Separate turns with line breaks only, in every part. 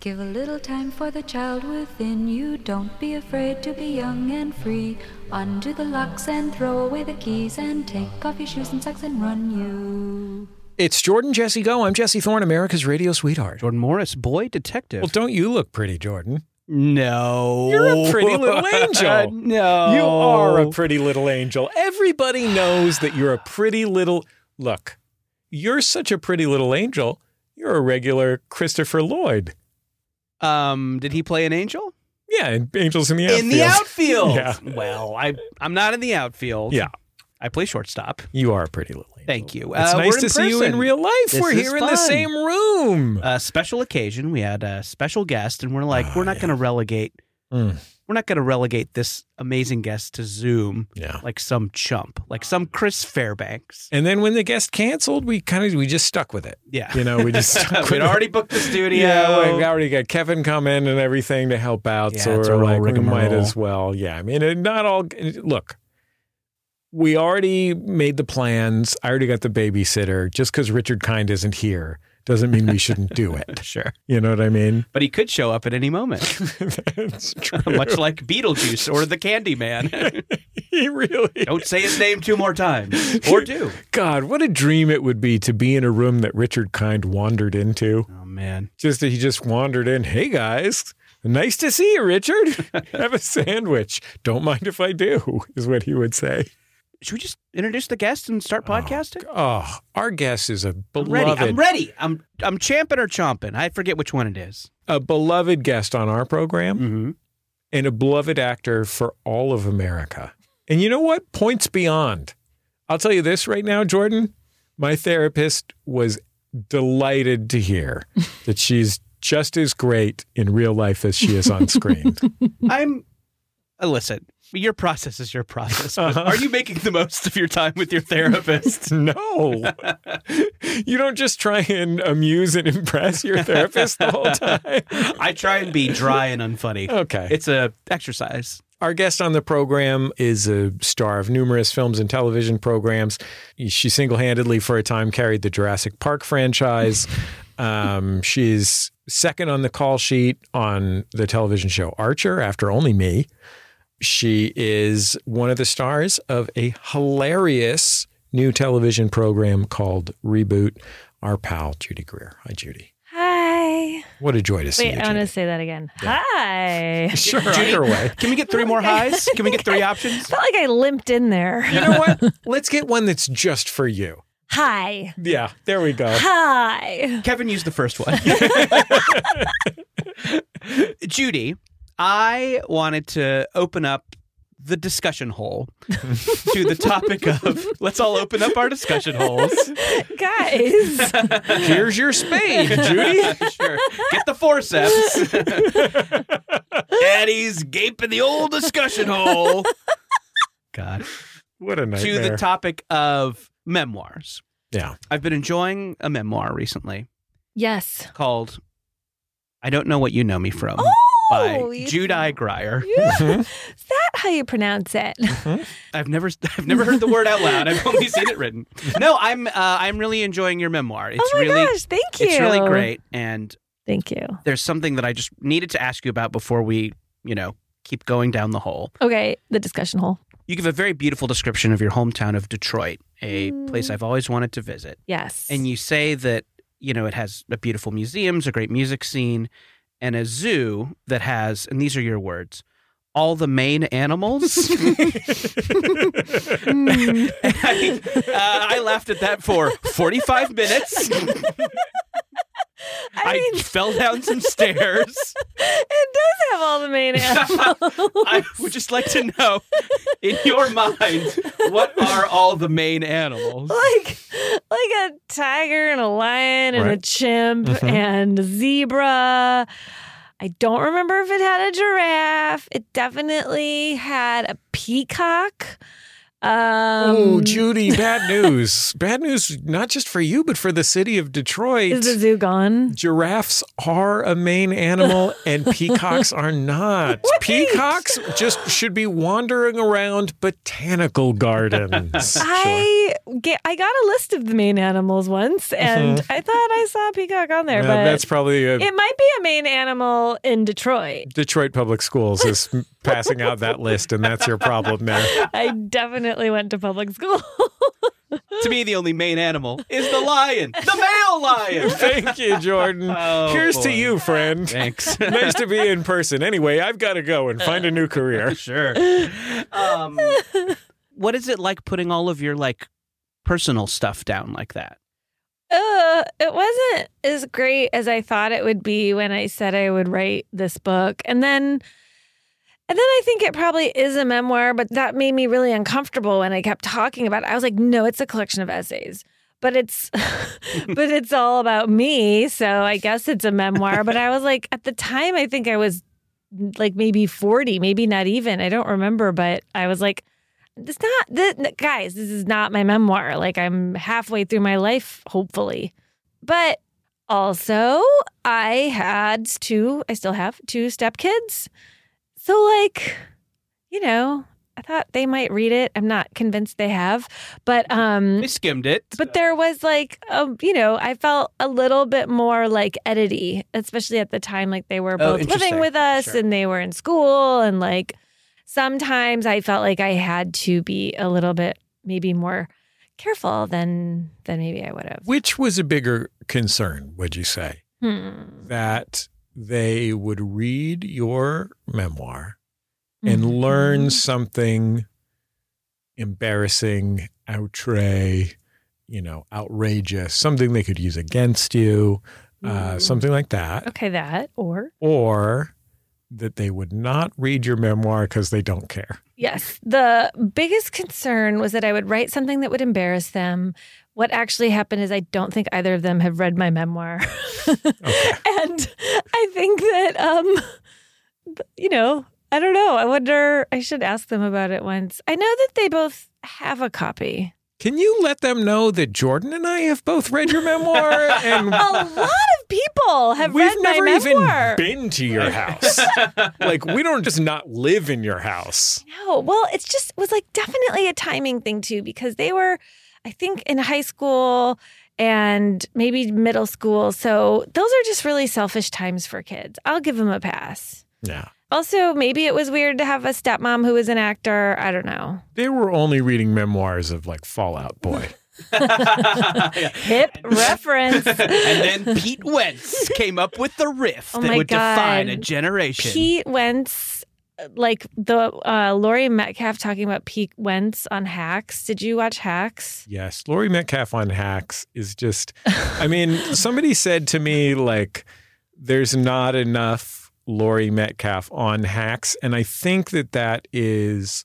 Give a little time for the child within you. Don't be afraid to be young and free. Undo the locks and throw away the keys and take off your shoes and socks and run you.
It's Jordan Jesse Go. I'm Jesse Thorne, America's radio sweetheart.
Jordan Morris, boy detective.
Well, don't you look pretty, Jordan?
no.
You're a pretty little angel.
no.
You are a pretty little angel. Everybody knows that you're a pretty little. Look, you're such a pretty little angel. You're a regular Christopher Lloyd.
um, did he play an angel?
Yeah, in Angels in the Outfield.
In the outfield.
Yeah.
Well, I I'm not in the outfield.
Yeah,
I play shortstop.
you are a pretty little angel.
Thank you.
It's
Uh,
nice
we're
to see you in
person.
real life.
This
we're
is
here in the
fun.
same room.
uh, special occasion. We had a special guest, and we're like,
Oh,
we're not
yeah.
going to relegate.
Mm.
We're not going to relegate this amazing guest to Zoom
yeah.
like some chump, like some Chris Fairbanks.
And then when the guest canceled, we kind of we just stuck with it.
Yeah,
You know, we just stuck with
we'd
it.
already booked the studio.
Yeah, we already got Kevin come in and everything to help out.
Yeah,
so
it's a
we're
real
like, we might
rigmarole.
as well. Yeah, I mean, it, not all. Look, we already made the plans. I already got the babysitter. Just because Richard Kind isn't here doesn't mean we shouldn't do it.
sure,
You know what I mean?
but he could show up at any moment,
That's true.
much like Beetlejuice or the Candyman.
he really.
Don't say his name two more times, or do.
God, what a dream it would be to be in a room that Richard Kind wandered into.
Oh man,
Just that he just wandered in. Hey guys. Nice to see you, Richard. Have a sandwich. Don't mind if I do, is what he would say.
should we just introduce the guest and start podcasting?
Oh, our guest is a
I'm ready.
beloved,
I'm ready. I'm I'm champing or chomping. I forget which one it is.
a beloved guest on our program
Mm-hmm.
and a beloved actor for all of America. And you know what? Points beyond. I'll tell you this right now, Jordan. My therapist was delighted to hear that she's just as great in real life as she is on screen.
I'm. Uh, listen, your process is your process. but
Uh-huh.
Are you making the most of your time with your therapist?
no, you don't just try and amuse and impress your therapist the whole time.
I try and be dry and unfunny.
Okay.
It's a exercise.
Our guest on the program is a star of numerous films and television programs. She single handedly, for a time, carried the Jurassic Park franchise. um, she's second on the call sheet on the television show Archer, after only me. She is one of the stars of a hilarious new television program called Reboot. Our pal, Judy Greer. Hi, Judy.
Hi.
What a joy to see
Wait,
you.
I want to
Judy.
say that again.
Yeah.
Hi. I
Sure, either way.
Can we get three more highs? Can we get three options?
felt like I limped in there.
You know what? Let's get one that's just for you.
Hi.
Yeah, there we go.
Hi.
Kevin used the first one. Judy, I wanted to open up the discussion hole to the topic of let's all open up our discussion holes.
Guys.
Here's your spade, Judy.
sure. Get the forceps. Eddie's gaping the old discussion hole. God.
What a
To
nightmare.
the topic of memoirs.
Yeah.
I've been enjoying a memoir recently
yes.
called I Don't Know What You Know Me From by
Oh, you-
Judai Grier.
Yeah. Is that how you pronounce it?
Mm-hmm.
Oh
I've never I've never heard the word out loud. I've only seen it written. No, I'm uh, I'm really enjoying your memoir. It's
oh my
really
gosh. Thank you.
it's really great and
Thank you.
there's something that I just needed to ask you about before we, you know, keep going down the hole.
Okay. The discussion hole.
You give a very beautiful description of your hometown of Detroit, a
Mm.
place I've always wanted to visit.
Yes.
And you say that, you know, it has a beautiful museums, a great music scene, and a zoo that has, and these are your words, all the main animals.
Mm.
I, uh, I laughed at that for 45 minutes.
I
I
mean,
fell down some stairs.
it does have all the main animals.
I would just like to know, in your mind, what are all the main animals?
like like a tiger and a lion and a
Right.
chimp
Mhm.
and a zebra. I don't remember if it had a giraffe. It definitely had a peacock. Um,
oh, Judy, bad news. bad news, not just for you, but for the city of Detroit.
is the zoo gone?
Giraffes are a main animal and peacocks are not. Peacocks just should be wandering around botanical gardens.
I ga- I got a list of the main animals once, and I thought I saw a peacock on there,
Uh,
but
Mm-hmm. that's probably a,
it might be a main animal in Detroit.
Detroit Public Schools is passing out that list, and that's your problem there.
I definitely went to public school.
to me, the only main animal is the lion, the male lion.
Thank you, Jordan.
Oh,
Here's to
boy.
you, friend.
Thanks.
nice to be in person. Anyway, I've got to go and find a new career.
sure. Um, what is it like putting all of your like personal stuff down like that?
uh, it wasn't as great as I thought it would be when I said I would write this book. And then and then I think it probably is a memoir, but that made me really uncomfortable when I kept talking about it. I was like, no, it's a collection of essays. But it's but it's all about me, so I guess it's a memoir, but I was like at the time I think I was like maybe 40, maybe not even. I don't remember, but I was like it's not this, guys this is not my memoir like i'm halfway through my life hopefully but also i had two i still have two stepkids so like you know i thought they might read it i'm not convinced they have but um
They skimmed it.
but there was like a, you know i felt a little bit more like edity especially at the time like they were both living
Oh, interesting.
with us
Sure.
and they were in school and like sometimes i felt like i had to be a little bit maybe more careful than than maybe i would have
Which was a bigger concern, would you say?
Hmm.
That they would read your memoir
Hmm.
and
Mm-hmm.
learn something embarrassing, outre, you know, outrageous, something they could use against you, uh,
Ooh.
something like that.
okay that or
Or that they would not read your memoir because they don't care.
Yes. The biggest concern was that I would write something that would embarrass them. What actually happened is I don't think either of them have read my memoir. And I think that um you know, I don't know. I wonder I should ask them about it once. I know that they both have a copy.
Can you let them know that Jordan and I have both read your memoir and
A lot of people have
We've
read
never
my
even
memoir.
been to your house. like we don't just not live in your house.
No, well, it's just was like definitely a timing thing too because they were, I think, in high school and maybe middle school. So those are just really selfish times for kids. I'll give them a pass.
Yeah.
Also, maybe it was weird to have a stepmom who was an actor. I don't know.
They were only reading memoirs of like Fallout Boy.
Yeah.
Hip reference.
and then Pete Wentz came up with the riff
Oh
that
my
would define
God.
a generation.
Pete Wentz, like the uh, Lori Metcalf talking about Pete Wentz on Hacks. Did you watch Hacks?
yes. Lori Metcalf on hacks is just I mean, somebody said to me like there's not enough Lori Metcalf on hacks and I think that that is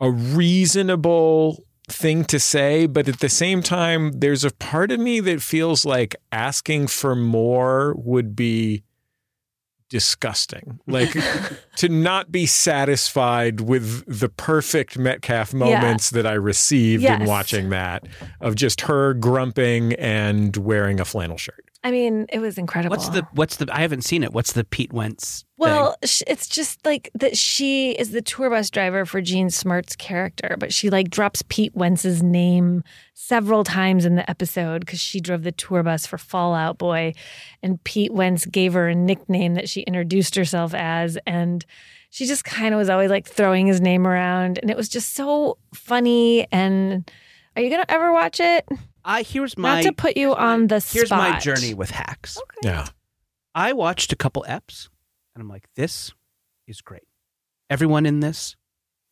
a reasonable thing to say, but at the same time, there's a part of me that feels like asking for more would be disgusting. Like to not be satisfied with the perfect Metcalf moments that I received in
Yes.
watching that of just her grumping and wearing a flannel shirt.
I mean, it was incredible.
What's the what's the I haven't seen it. What's the Pete Wentz
Well, sh it's just like that she is the tour bus driver for Gene Smart's character, but she like drops Pete Wentz's name several times in the episode because she drove the tour bus for Fallout Boy, and Pete Wentz gave her a nickname that she introduced herself as, and she just kind of was always like throwing his name around, and it was just so funny. And are you gonna ever watch it?
thing? I here's my
Not to put you on the
here's
spot.
my journey with hacks.
Okay.
Yeah.
I watched a couple eps and I'm like, this is great. Everyone in this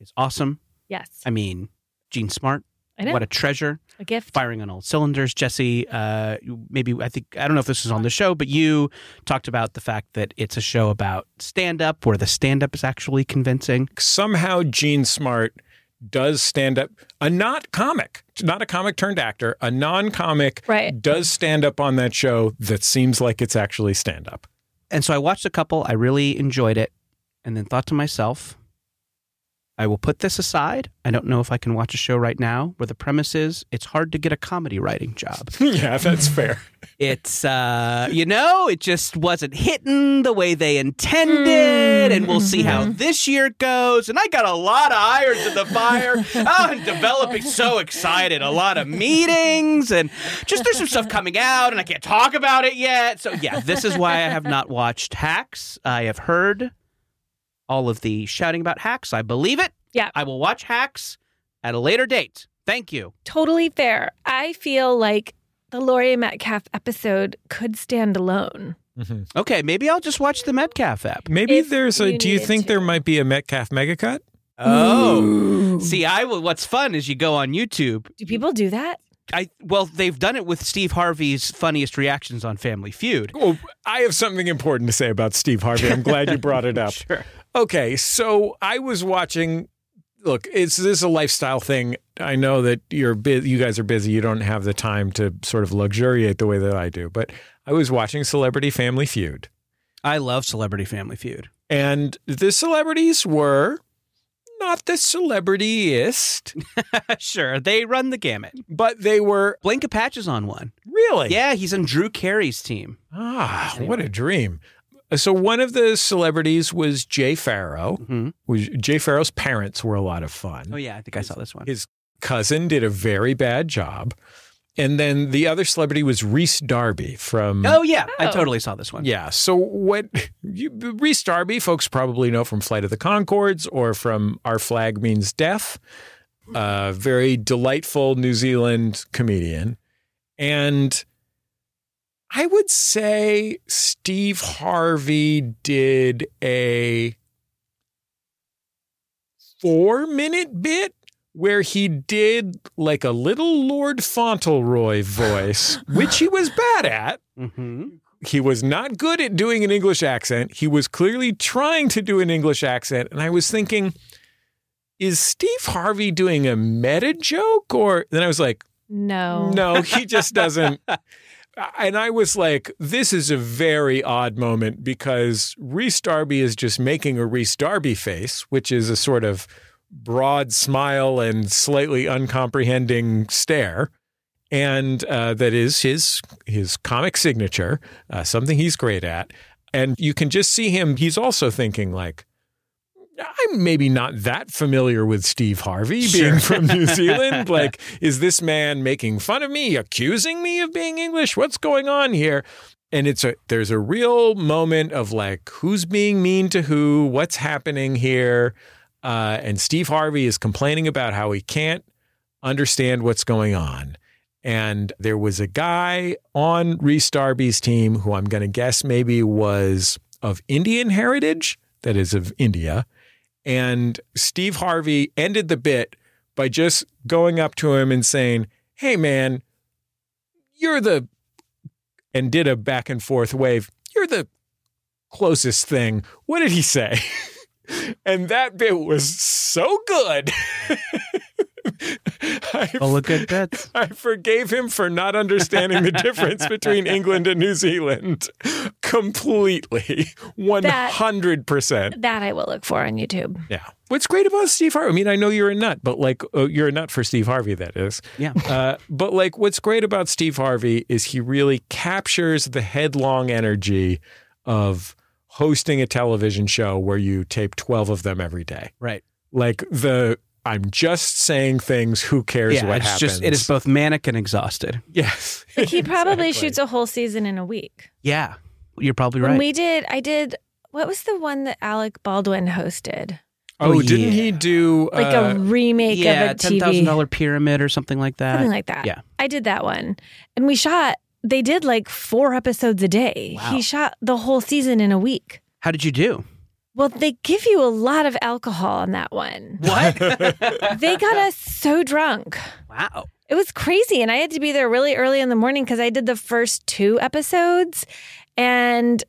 is awesome.
Yes,
I mean, Gene Smart,
I know.
what a treasure.
a gift.
firing on all cylinders. Jesse, uh, you- maybe I think I don't know if this is on the show, but you talked about the fact that it's a show about stand up where the stand up is actually convincing.
somehow Gene Smart does stand up, a not comic, not a comic turned actor, a non comic
Right.
does stand up on that show that seems like it's actually stand up.
And so I watched a couple. I really enjoyed it, and then thought to myself, I will put this aside. I don't know if I can watch a show right now where the premise is it's hard to get a comedy writing job.
yeah, that's fair.
it's uh you know it just wasn't hitting the way they intended and we'll see how this year goes and i got a lot of irons in the fire oh and developing so excited a lot of meetings and just there's some stuff coming out and i can't talk about it yet so yeah this is why i have not watched hacks i have heard all of the shouting about hacks i believe it
Yeah.
i will watch hacks at a later date thank you
Totally fair. I feel like the Laurie Metcalf episode could stand alone.
okay maybe i'll just watch the metcalf app
Maybe
Mm-hmm. If
there's a.
you
do you
needed
think
to.
there might be a Metcalf megacut?
Oh, see, I will. What's fun is you go on YouTube.
Do people do that?
I well, they've done it with Steve Harvey's funniest reactions on Family Feud.
Well, Oh, I have something important to say about Steve Harvey. I'm glad you brought it up.
Sure.
Okay, so I was watching. Look, it's this is a lifestyle thing. I know that you're bu- you guys are busy. You don't have the time to sort of luxuriate the way that I do. But I was watching Celebrity Family Feud,
I love Celebrity Family Feud.
and the celebrities were not the celebrityist,
sure, they run the gamut.
but they were
Blank Patch is on one.
really
Yeah, he's on Drew Carey's team.
Ah, what a dream. So one of the celebrities was Jay Farrow.
Mhm.
Was Jay Farrow's parents were a lot of fun.
Oh yeah, I think I saw this one.
His cousin did a very bad job. And then the other celebrity was Reese Darby from
Oh yeah, I
Oh.
totally saw this one.
Yeah. So what you, Reese Darby folks probably know from Flight of the Concords or from Our Flag Means Death, a very delightful New Zealand comedian. And I would say Steve Harvey did a four minute bit where he did like a little Lord Fauntleroy voice, which he was bad at
hmm
he was not good at doing an English accent. He was clearly trying to do an English accent. And I was thinking, is Steve Harvey doing a meta joke? Or then I was like,
No.
no, he just doesn't. And I was like, this is a very odd moment because Reese Darby is just making a Reese Darby face, which is a sort of broad smile and slightly uncomprehending stare. And uh, that is his his comic signature, uh, something he's great at. And you can just see him. He's also thinking like, I'm maybe not that familiar with Steve Harvey being from New Zealand. like, is this man making fun of me, accusing me of being English? What's going on here? And it's a there's a real moment of like who's being mean to who, what's happening here, uh, and Steve Harvey is complaining about how he can't understand what's going on. And there was a guy on Reese Darby's team who I'm going to guess maybe was of Indian heritage, that is of India. And Steve Harvey ended the bit by just going up to him and saying, Hey, man, you're the, and did a back and forth wave. You're the closest thing. What did he say? and that bit was so good. I
look at that.
I forgave him for not understanding the difference between England and New Zealand completely, 100%.
That I will look for on YouTube.
Yeah. What's great about Steve Harvey? I mean, I know you're a nut, but like, uh, you're a nut for Steve Harvey, that is.
Yeah.
Uh, but like, what's great about Steve Harvey is he really captures the headlong energy of hosting a television show where you tape 12 of them every day.
Right.
Like, the. I'm just saying things. Who cares
yeah,
what
it's
happens?
just it is both manic and exhausted.
Yes.
Like he probably
Exactly.
shoots a whole season in a week.
Yeah, you're probably
When
right.
we did, I did, what was the one that Alec Baldwin hosted?
Oh,
Oh,
didn't
yeah.
he do
Like um, a
uh,
remake
yeah,
of a
ten
TV.
thousand dollar pyramid or something like that.
Something like that.
yeah.
I did that one. And we shot, they did like four episodes a day.
Wow.
He shot the whole season in a week.
How did you do?
Well, they give you a lot of alcohol on that one.
What?
they got us so drunk.
wow.
It was crazy. And I had to be there really early in the morning because I did the first two episodes. And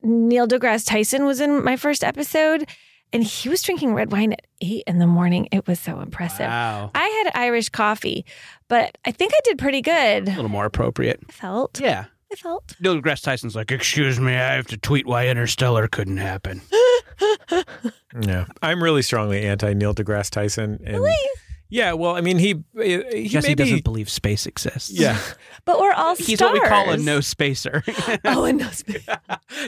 Neil deGrasse Tyson was in my first episode. And he was drinking red wine at eight in the morning. It was so impressive.
Wow.
I had Irish coffee, but I think I did pretty good.
A little more appropriate.
I felt.
Yeah.
I felt.
Neil deGrasse Tyson's like, "Excuse me, I have to tweet why Interstellar couldn't happen."
Yeah, I'm really strongly anti Neil deGrasse Tyson. And, really? Yeah. Well, I mean, he uh, he,
Jesse
maybe
doesn't believe space exists.
yeah.
But we're all
He's
stars.
what we call a no spacer.
Oh, a no space.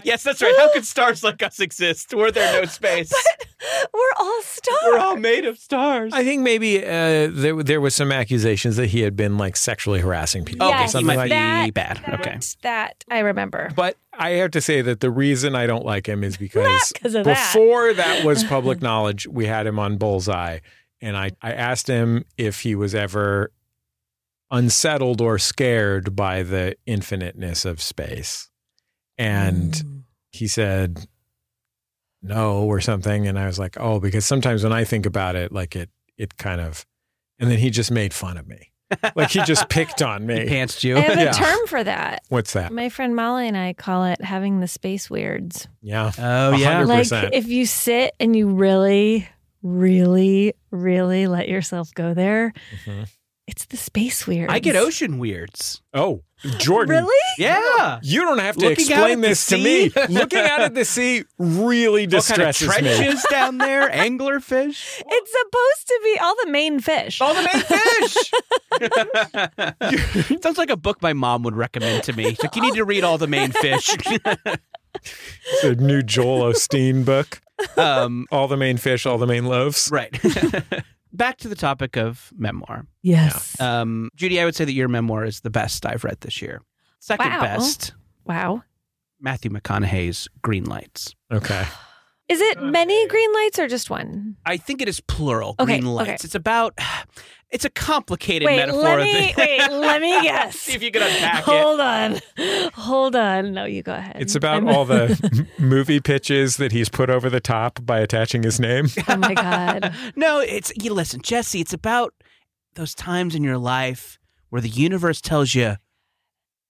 yes, that's right. How could stars like us exist? Were there no space?
we're all stars.
We're all made of stars.
I think maybe uh, there there was some accusations that he had been like sexually harassing people
Oh, Okay,
or
yes,
so he might
something
be
like that.
that,
bad.
That,
Okay.
That I remember.
But I have to say that the reason I don't like him is because
'cause of that.
before that. was public knowledge, we had him on Bullseye, and I, I asked him if he was ever unsettled or scared by the infiniteness of space. And
Mm.
he said no or something. And I was like, oh, because sometimes when I think about it, like it, it kind of, and then he just made fun of me. Like he just picked on
He
me.
pantsed
I
you.
have a
Yeah.
term for that.
What's that?
My friend Molly and I call it having the space weirds.
Yeah.
Oh yeah.
100%.
Like if you sit and you really, really, really let yourself go there,
Mhm.
it's the space weirds.
Mm-hmm. I get ocean weirds.
Oh, Jordan.
Really?
Yeah.
You don't have to
Looking out
explain
at the
this to me.
sea?
Looking out at the sea really
What kind of
distresses me.
trenches down there? Anglerfish?
It's supposed to be all the main fish.
All the main fish. Sounds like a book my mom would recommend to me. It's Like you need to read all the main fish.
It's a new Joel Osteen book.
um,
All the main fish, all the main loaves.
right. Back to the topic of memoir.
yes.
Um, Judy, I would say that your memoir is the best I've read this year. Second
Wow.
best,
wow.
Matthew McConaughey's Green Lights.
Okay.
Is it many green lights or just one?
I think it is plural.
Okay,
green lights.
okay.
It's about. It's a complicated
Wait,
metaphor.
let
of
me
it.
wait, let me guess.
See if you can unpack it.
Hold on. Hold on. No, you go ahead.
It's about
I'm-
all the m- movie pitches that he's put over the top by attaching his name.
Oh my god.
No, it's you listen, Jesse. It's about those times in your life where the universe tells you,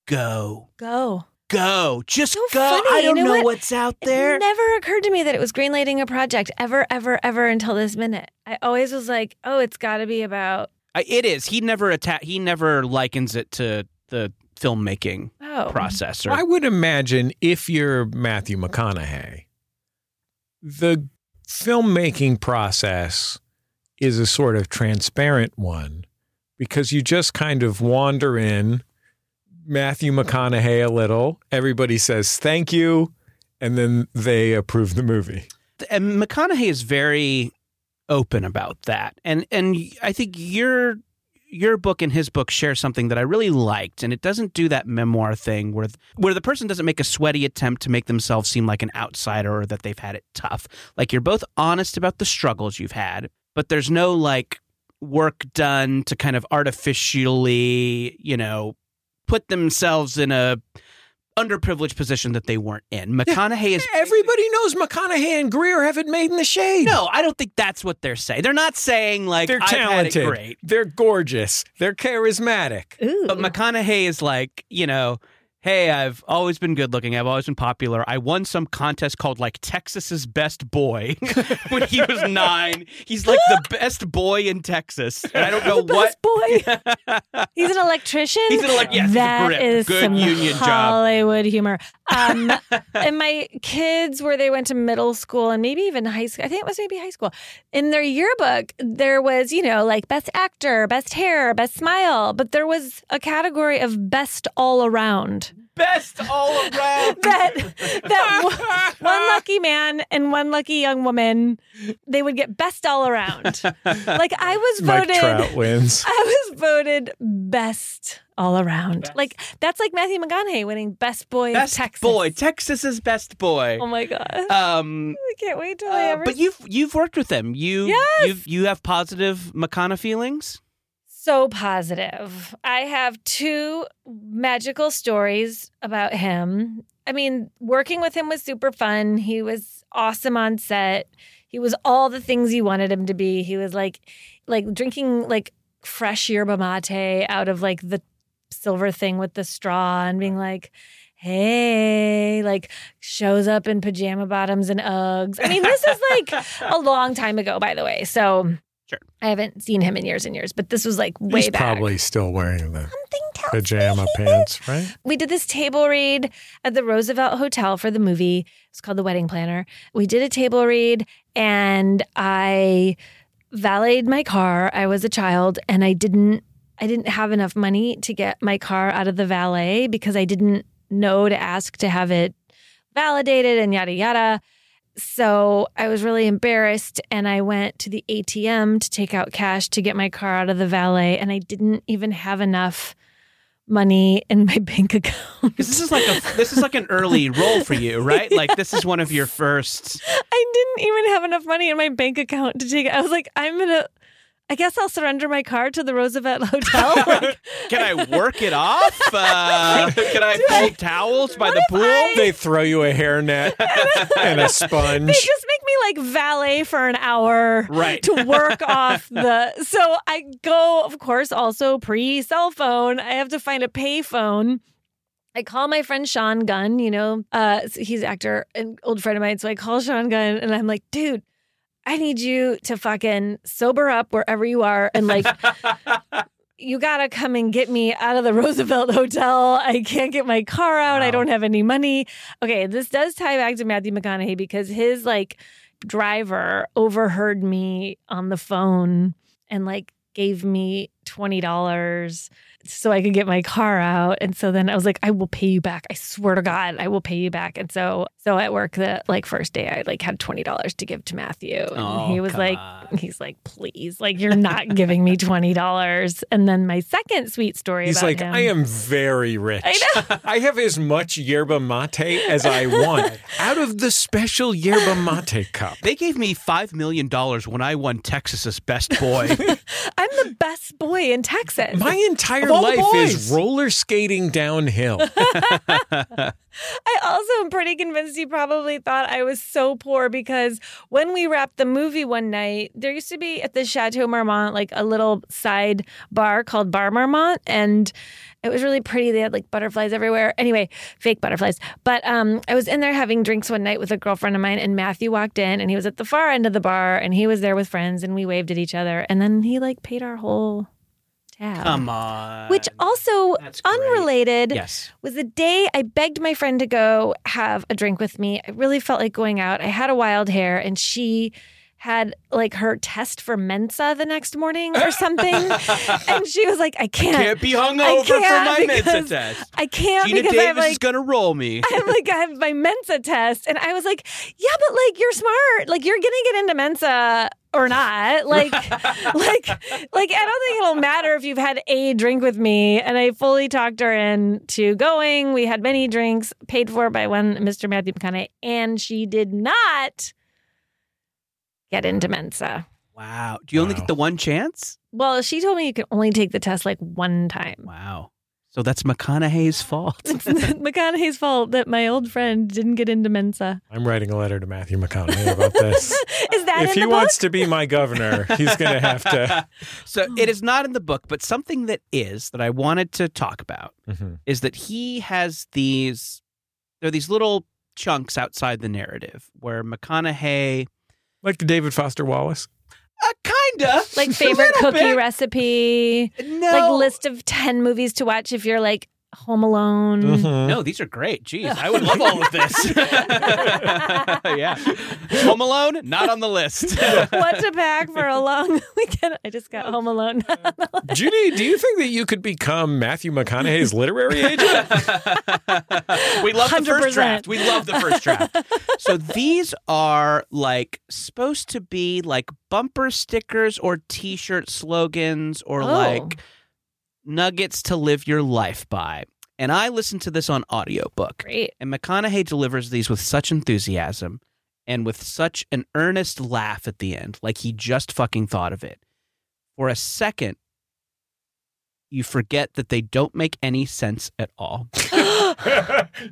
"Go,
Go.
go, just
So
go."
funny,
I
you
don't
know
know
what?
what's out there.
It never occurred to me that it was greenlighting a project ever, ever, ever until this minute. I always was like, oh, it's got to be about,
I- it is. He never atta- He never likens it to the filmmaking
oh.
process. Or
I would imagine if you're Matthew McConaughey, the filmmaking process is a sort of transparent one because you just kind of wander in, Matthew McConaughey a little, everybody says thank you, and then they approve the movie.
and McConaughey is very open about that. And and I think your your book and his book share something that I really liked, and it doesn't do that memoir thing where where the person doesn't make a sweaty attempt to make themselves seem like an outsider or that they've had it tough. Like you're both honest about the struggles you've had, but there's no like work done to kind of artificially, you know, put themselves in a underprivileged position that they weren't in. McConaughey is
Everybody knows McConaughey and Greer haven't made in the shade.
no, I don't think that's what they're saying. They're not saying like
They're
"I've had it
talented.
great.
They're gorgeous. They're charismatic.
Ooh.
But McConaughey is like, you know, hey, I've always been good looking. I've always been popular. I won some contest called like Texas's Best Boy when he was nine. He's like the best boy in Texas. And I don't know what.
Best boy. He's an electrician.
He's an elec- yes, he's a
That
grip.
is
Good
some
union job.
Hollywood humor. Um, and my kids, where they went to middle school and maybe even high school, I think it was maybe high school. In their yearbook, there was you know like best actor, best hair, best smile, but there was a category of best all around.
Best all around.
that that one- one lucky man and one lucky young woman they would get best all around. Like I was
Mike
voted
Trout wins.
I was voted best all around. Like that's like Matthew McConaughey winning best boy
Best
of Texas.
boy. Texas's Best Boy.
Oh my god.
Um,
I can't wait till I
uh,
ever
but you've you've worked with him. You
Yes.
you've, you have positive McConaughey feelings.
so positive. I have two magical stories about him. I mean, working with him was super fun. He was awesome on set. He was all the things you wanted him to be. He was like like drinking like fresh yerba mate out of like the silver thing with the straw and being like Hey, like shows up in pajama bottoms and Uggs. I mean, this is like a long time ago, by the way. So
Sure.
I haven't seen him in years and years, but this was like way
He's
back.
probably still wearing the
Something tells me
pajama
he is.
pants, right?
We did this table read at the Roosevelt Hotel for the movie. It's called The Wedding Planner. We did a table read and I valeted my car. I was a child and I didn't I didn't have enough money to get my car out of the valet because I didn't know to ask to have it validated and yada yada. So I was really embarrassed and I went to the ATM to take out cash to get my car out of the valet and I didn't even have enough money in my bank account.
'Cause this is like a this is like an early role for you, right? Like this is one of your first.
I didn't even have enough money in my bank account to take I was like, I'm gonna I guess I'll surrender my car to the Roosevelt Hotel. Like,
Can I work it off? Uh, can I fold towels by the pool?
They throw you a hairnet and a
they
sponge.
just make me like valet for an hour
Right.
to work off the so i go of course also pre cell phone i have to find a pay phone I call my friend Sean Gunn, you know, uh, he's an actor and old friend of mine. So I call Sean Gunn and I'm like, dude, I need you to fucking sober up wherever you are and like you gotta come and get me out of the Roosevelt Hotel. I can't get my car out. I
Wow.
don't have any money. Okay, this does tie back to Matthew McConaughey because his like driver overheard me on the phone and like gave me twenty dollars so I could get my car out. And so then I was like, I will pay you back. I swear to God, I will pay you back. And so so at work the like first day I like had twenty dollars to give to Matthew. And
Oh,
he was
come
like
on.
he's like, please, like you're not giving me twenty dollars. And then my second sweet story
He's
about
like,
him.
I am very rich.
I
know. I have as much yerba mate as I want out of the special yerba mate cup.
They gave me five million dollars when I won Texas's Best Boy.
I'm the best boy in Texas.
My entire
Of all the
life is
boys.
roller skating downhill.
I also am pretty convinced he probably thought I was so poor because when we wrapped the movie one night, there used to be at the Chateau Marmont like a little side bar called Bar Marmont, and it was really pretty. They had like butterflies everywhere. Anyway, fake butterflies. But um, I was in there having drinks one night with a girlfriend of mine, and Matthew walked in, and he was at the far end of the bar, and he was there with friends, and we waved at each other, and then he like paid our whole tab.
Come on.
which also
That's great.
unrelated
Yes.
was the day I begged my friend to go have a drink with me. I really felt like going out. I had a wild hair and she had like her test for Mensa the next morning or something. and she was like, I can't.
Can't be hungover for
can't
my
because-
Mensa test.
I can't
Gina
because
Davis
I'm like
is gonna roll me.
I'm like, I have my Mensa test. And I was like, yeah, but like, you're smart. Like, you're going to get into Mensa or not. Like, like, like, I don't think it'll matter if you've had a drink with me. And I fully talked her into going. We had many drinks paid for by one Mr. Matthew McConaughey. And she did not get into Mensa.
Wow. Do you only
Wow.
get the one chance?
Well, she told me you can only take the test like one time.
Wow. So that's McConaughey's fault.
It's McConaughey's fault that my old friend didn't get into Mensa.
I'm writing a letter to Matthew McConaughey about this.
Is that
if
in
he
the book?
wants to be my governor, he's going to have to.
so it is not in the book, but something that is that I wanted to talk about
Mhm.
is that he has these there are these little chunks outside the narrative where McConaughey
Like David Foster Wallace.
uh, kinda
like
a
favorite
little
cookie
bit.
recipe,
no
like list of 10 movies to watch if you're like home alone.
Mhm.
No, these are great. Jeez, I would love all of this. yeah. Home Alone, not on the list.
what to pack for a long weekend? I just
Oh,
got home alone.
Judy, do you think that you could become Matthew McConaughey's literary agent?
we love the first
100%.
draft. We love the first draft. so these are like supposed to be like bumper stickers or t shirt slogans or
Oh.
like nuggets to live your life by. And I listened to this on audiobook.
Great.
And McConaughey delivers these with such enthusiasm and with such an earnest laugh at the end, like he just fucking thought of it. For a second, you forget that they don't make any sense at all.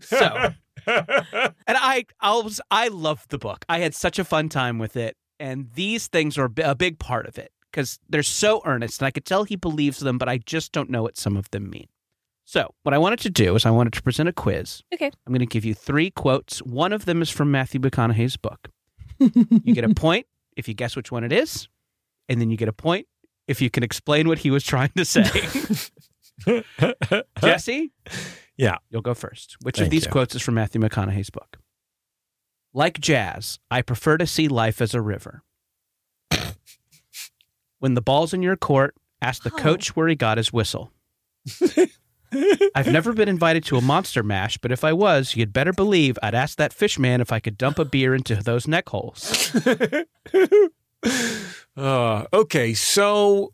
So. And I, I was, I loved the book. I had such a fun time with it, and these things are b- a big part of it because they're so earnest, and I could tell he believes them, but I just don't know what some of them mean. So, what I wanted to do is I wanted to present a quiz.
Okay.
I'm going to give you three quotes. One of them is from Matthew McConaughey's book. you get a point if you guess which one it is. and then you get a point if you can explain what he was trying to say. Jesse?
Yeah.
You'll go first. Which of
Thank
these
you.
quotes is from Matthew McConaughey's book? Like jazz, I prefer to see life as a river. when the ball's in your court, ask the
Oh.
coach where he got his whistle. I've never been invited to a monster mash, but if I was, you'd better believe I'd ask that fish man if I could dump a beer into those neck holes.
Uh, okay, so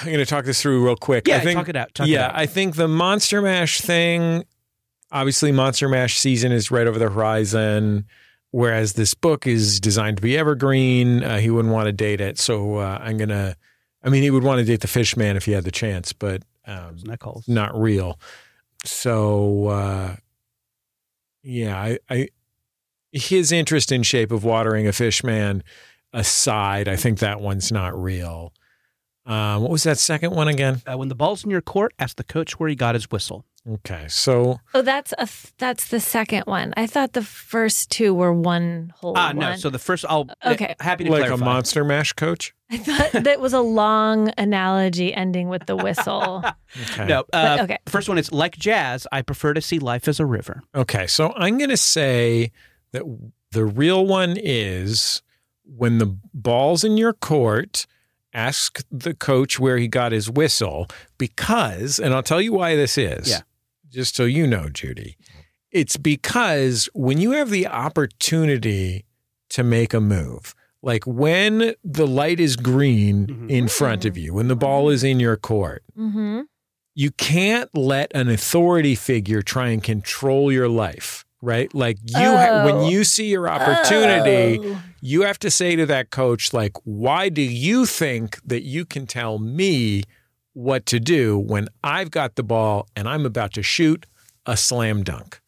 I'm going to talk this through real quick.
Yeah,
I think,
talk it out. Talk it
yeah,
out.
I think the Monster Mash thing. Obviously, Monster Mash season is right over the horizon, whereas this book is designed to be evergreen. Uh, he wouldn't want to date it, so uh, I'm gonna. I mean, he would want to date the fish man if he had the chance, but um,
Those neck holes.
not real. So uh yeah, I, I his interest in shape of watering a fish man aside, I think that one's not real. Um what was that second one again?
Uh, when the ball's in your court, ask the coach where he got his whistle.
Okay. So
Oh, that's a th- that's the second one. I thought the first two were one whole.
Ah,
one.
no. So the first, I'll
Okay.
uh, happy to
like
clarify.
a monster mash coach?
I thought that was a long analogy ending with the whistle.
Okay.
No, uh,
But- okay.
First one is like jazz. I prefer to see life as a river.
Okay, so I'm going to say that the real one is when the ball's in your court, ask the coach where he got his whistle because, and I'll tell you why this is.
Yeah.
Just so you know, Judy, it's because when you have the opportunity to make a move, like when the light is green
Mhm.
in front of you, when the ball is in your court,
Mm-hmm.
you can't let an authority figure try and control your life right like you ha-
Oh.
when you see your opportunity you have to say to that coach like why do you think that you can tell me what to do when i've got the ball and i'm about to shoot a slam dunk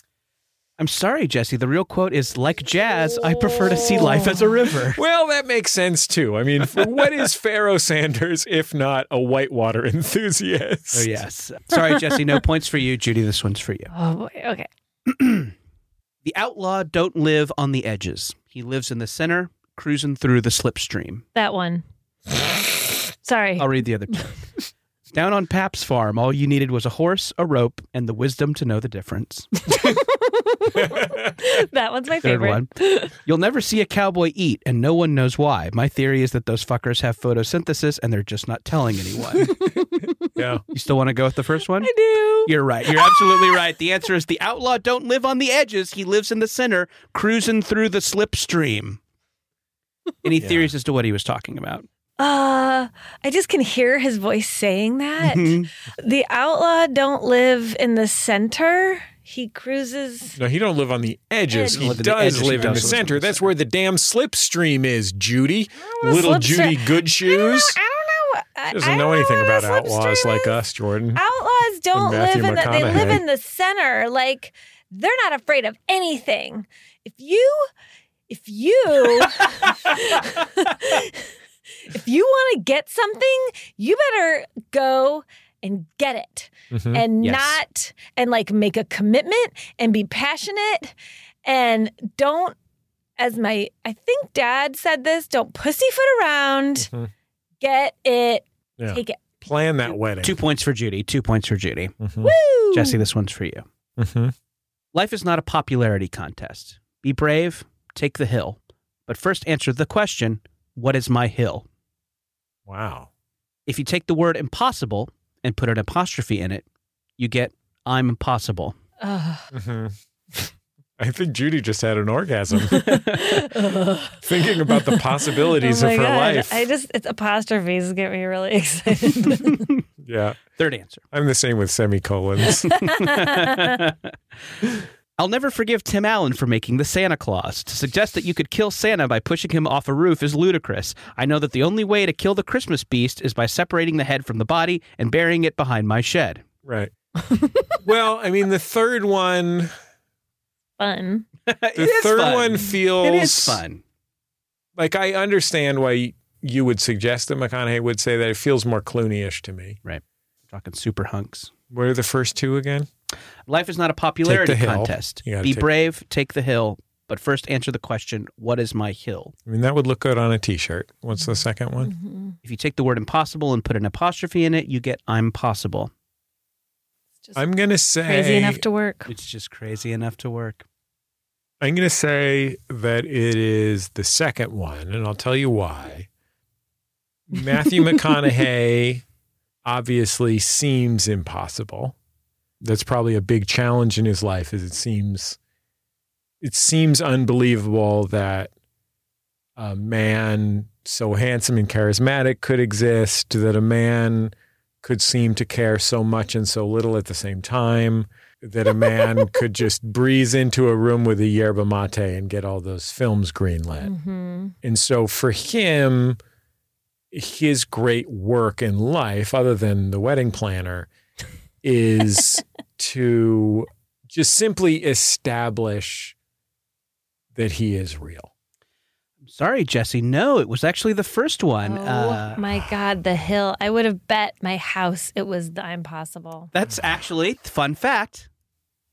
I'm sorry, Jesse. The real quote is like jazz. I prefer to see life as a river.
well that makes sense too i mean for what is pharaoh sanders if not a whitewater enthusiast
Oh yes. Sorry, Jesse. No points for you, Judy. This one's for you.
Oh boy. Okay.
The outlaw don't live on the edges. He lives in the center, cruising through the slipstream.
That one. Sorry.
I'll read the other two. Down on Pap's farm, all you needed was a horse, a rope, and the wisdom to know the difference.
that one's my
Third
favorite.
one. You'll never see a cowboy eat, and no one knows why. My theory is that those fuckers have photosynthesis and they're just not telling anyone.
yeah
you still want to go with the first one?
I do.
You're right. You're absolutely right. The answer is the outlaw don't live on the edges. He lives in the center, cruising through the slipstream. Any
Yeah.
theories as to what he was talking about?
Uh, I just can hear his voice saying that.
Hmm? Mm-hmm.
The outlaw don't live in the center. He cruises.
No, he don't live on the edges.
Edge.
He
Live in the
does
edges. He
live in the
does live in
center.
the
That's
center.
where the damn slipstream is, Judy.
know
Little
slipstream-
Judy Good Shoes.
I don't know. I, I
Doesn't
don't
know anything
what a
about
slipstream
outlaws like
is.
us, Jordan.
Outlaws don't live
Matthew
in the. They live
McConaughey.
in the center. Like they're not afraid of anything. If you, if you, if you want to get something, you better go and get it.
Mhm.
and
Mm-hmm. Yes.
not and like make a commitment and be passionate and don't as my I think dad said this, don't pussyfoot around.
Mhm.
Get it.
Yeah.
Take it.
Plan that wedding.
Two points for Judy. Two points for Judy.
Mhm.
Woo!
Jesse, this one's for you.
Mhm.
Life is not a popularity contest. Be brave, take the hill. But first answer the question what is my hill?
Wow.
If you take the word impossible and put an apostrophe in it, you get I'm impossible.
Ugh.
Mhm. I think Judy just had an orgasm
Ugh.
thinking about the possibilities
Oh
of
my
her
God.
life.
I just it's apostrophes get me really excited.
yeah.
Third answer.
I'm the same with semicolons.
I'll never forgive Tim Allen for making the Santa Claus. To suggest that you could kill Santa by pushing him off a roof is ludicrous. I know that the only way to kill the Christmas beast is by separating the head from the body and burying it behind my shed.
right. well, I mean, the third one,
Fun.
the third one feels
It is fun.
like I understand why you would suggest that McConaughey would say that it feels more Clooney-ish to me.
Talking super hunks.
What are the first two again?
Life is not a popularity
hill.
contest.
You gotta
Be
take-
brave, take the hill. But first, answer the question what is my hill?
I mean, that would look good on a t-shirt. What's the second one?
Mm-hmm.
If you take the word impossible and put an apostrophe in it, you get I'm possible.
Just
I'm gonna say
crazy enough to work.
It's just crazy enough to work.
I'm gonna say that it is the second one, and I'll tell you why. Matthew McConaughey obviously seems impossible. That's probably a big challenge in his life is it seems it seems unbelievable that a man so handsome and charismatic could exist, that a man could seem to care so much and so little at the same time, that a man could just breeze into a room with a yerba mate and get all those films greenlit.
Mm-hmm.
And so for him, his great work in life, other than the wedding planner, is to just simply establish that he is real.
I'm sorry, Jesse. No, it was actually the first one.
oh
Uh,
my God, the hill. I would have bet my house it was the impossible.
that's actually, fun fact,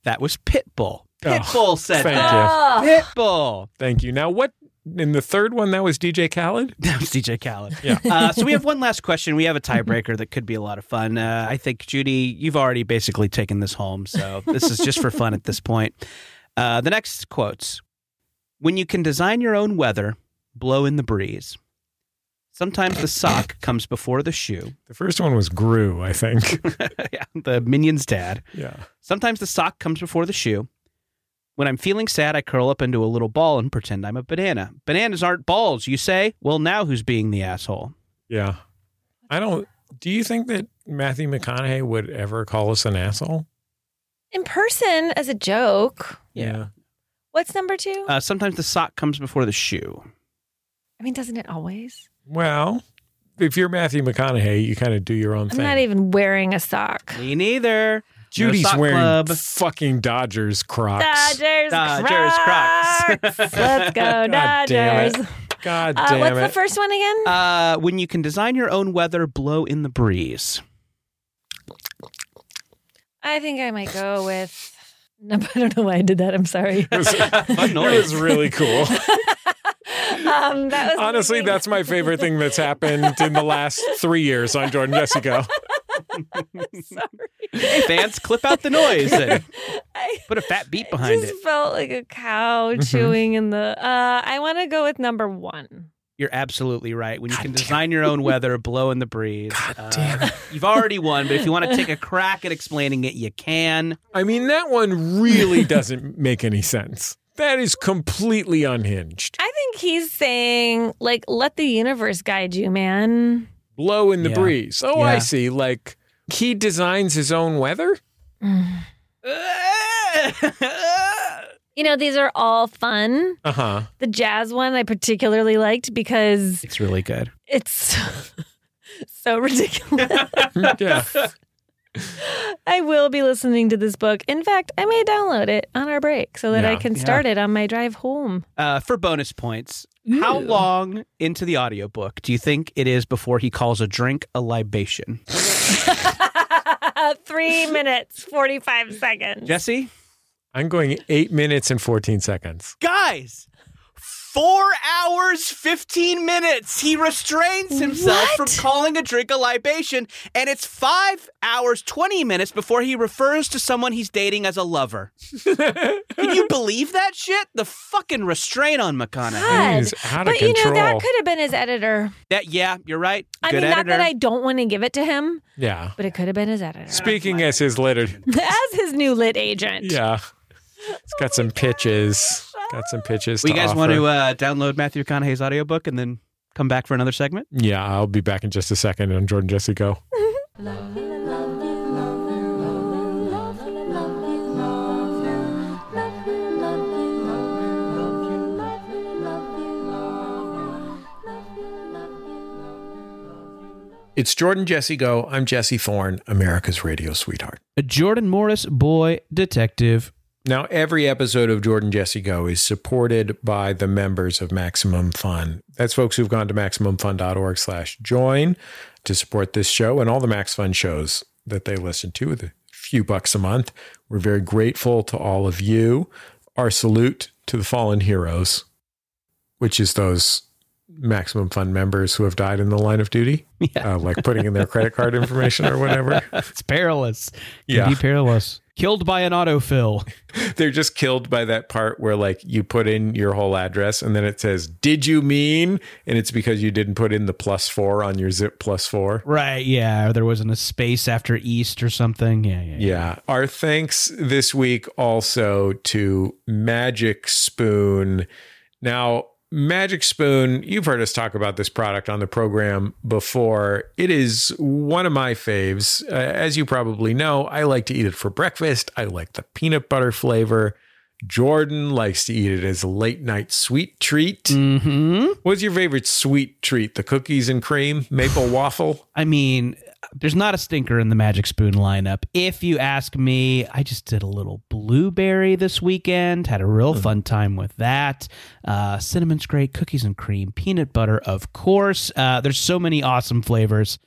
that was Pitbull. Pitbull said
thank
that.
you.
Oh,
Pitbull.
Thank you. Now, what in the third one, that was DJ Khaled?
That was DJ Khaled.
Yeah.
Uh, so we have one last question. We have a tiebreaker that could be a lot of fun. Uh, I think Judy, you've already basically taken this home, so this is just for fun at this point. Uh, the next quotes: When you can design your own weather, blow in the breeze. Sometimes the sock comes before the shoe.
The first one was Gru, I think.
yeah, the minion's dad.
yeah.
Sometimes the sock comes before the shoe. When I'm feeling sad, I curl up into a little ball and pretend I'm a banana. Bananas aren't balls, you say? Well, now who's being the asshole?
Yeah. I don't. Do you think that Matthew McConaughey would ever call us an asshole?
in person as a joke. What's number two?
Uh, sometimes the sock comes before the shoe.
I mean, doesn't it always?
Well, if you're Matthew McConaughey, you kind of do your own
I'm
thing.
not even wearing a sock.
Me neither.
Judy's
No sock
wearing
club.
fucking Dodgers Crocs.
Dodgers,
Dodgers, Crocs.
Crocs. Let's go,
God damn
Dodgers.
it. God
Uh,
damn
what's
it.
the first one again?
Uh, when you can design your own weather, blow in the breeze.
I think I might go with. No, I don't know why I did that. I'm sorry.
It was-
Fun
It
noise.
was really cool.
Um, that was
Honestly,
amazing.
that's my favorite thing that's happened in the last three years on Jordan Jessica.
Hey, fans, clip out the noise and
I
put a fat beat
I
behind
just
it.
felt like a cow
Mhm.
chewing in the. Uh, I want to go with number one.
You're absolutely right. When you
God
can
damn.
design your own weather, blow in the breeze. Uh, You've already won, but if you want to take a crack at explaining it, you can.
I mean, that one really doesn't make any sense. That is completely unhinged.
I think he's saying like, let the universe guide you, man.
Blow in the
Yeah.
breeze. Oh,
Yeah.
I see. Like he designs his own weather.
You know, these are all fun.
Uh huh.
The jazz one I particularly liked because
It's really good.
it's so ridiculous.
yeah.
I will be listening to this book. In fact, I may download it on our break so that I
Yeah.
can start it on my drive home.
Uh, for bonus points, how long into the audiobook do you think it is before he calls a drink a libation?
Three minutes, 45 seconds.
Jesse?
I'm going eight minutes and 14 seconds.
Guys, four hours, 15 minutes. He restrains himself
What?
from calling a drink a libation, and it's five hours, 20 minutes before he refers to someone he's dating as a lover. Can you believe that shit? The fucking restraint on McConaughey.
God.
He's out of
But you know, that
control.
could have been his editor.
That, yeah, you're right.
I
Good
mean,
editor.
not that I don't want to give it to him,
yeah.
but it could have been his editor.
Speaking as his letter.
As his new lit agent.
Yeah. It's got some pitches. Got some pitches.
well, you
to
guys want
offer.
to uh, download Matthew McConaughey's audiobook and then come back for another segment?
Yeah, I'll be back in just a second on Jordan Jesse
Love
Go.
you, love you, love you, love you, love you, love you, love you, love you, love you, love you, love you, love you, love you,
It's Jordan Jesse Go. I'm Jesse Thorne, America's radio sweetheart.
A Jordan Morris boy detective.
Now, every episode of Jordan Jesse Go is supported by the members of Maximum Fun. That's folks who've gone to MaximumFun.org slash join to support this show and all the Max Fun shows that they listen to with a few bucks a month. We're very grateful to all of you. Our salute to the fallen heroes, which is those maximum fund members who have died in the line of duty,
Yeah.
uh, like putting in their credit card information or whatever.
It's perilous. Can
Yeah.
be perilous. Killed by an autofill.
They're just killed by that part where like you put in your whole address and then it says, "Did you mean?" and it's because you didn't put in the plus 4 on your zip plus 4.
Right. Yeah. Or there wasn't a space after East or something. Yeah. Yeah.
Yeah. Our thanks this week also to Magic Spoon. Now, Magic Spoon, you've heard us talk about this product on the program before. It is one of my faves. Uh, as you probably know, I like to eat it for breakfast. I like the peanut butter flavor. Jordan likes to eat it as a late night sweet treat.
hmm
What's your favorite sweet treat? The cookies and cream, maple waffle?
I mean, there's not a stinker in the Magic Spoon lineup. If you ask me, I just did a little blueberry this weekend. Had a real fun time with that. Uh, cinnamon's great, cookies and cream, peanut butter, of course. Uh, there's so many awesome flavors.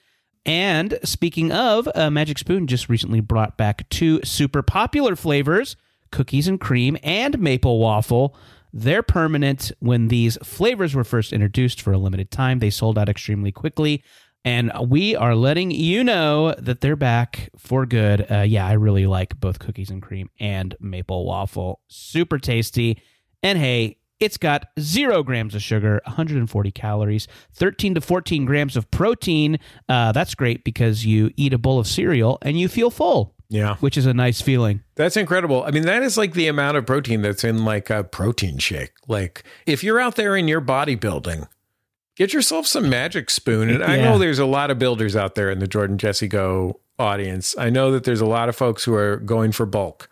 And speaking of, uh, Magic Spoon just recently brought back two super popular flavors cookies and cream and maple waffle. They're permanent. When these flavors were first introduced for a limited time, they sold out extremely quickly. And we are letting you know that they're back for good. Uh, yeah, I really like both cookies and cream and maple waffle. Super tasty. And hey, it's got zero grams of sugar, 140 calories, 13 to 14 grams of protein. Uh, that's great because you eat a bowl of cereal and you feel full,
Yeah.
which is a nice feeling.
That's incredible. I mean, that is like the amount of protein that's in like a protein shake. Like if you're out there in your bodybuilding, get yourself some magic spoon. And I
Yeah.
know there's a lot of builders out there in the Jordan Jesse Go audience. I know that there's a lot of folks who are going for bulk.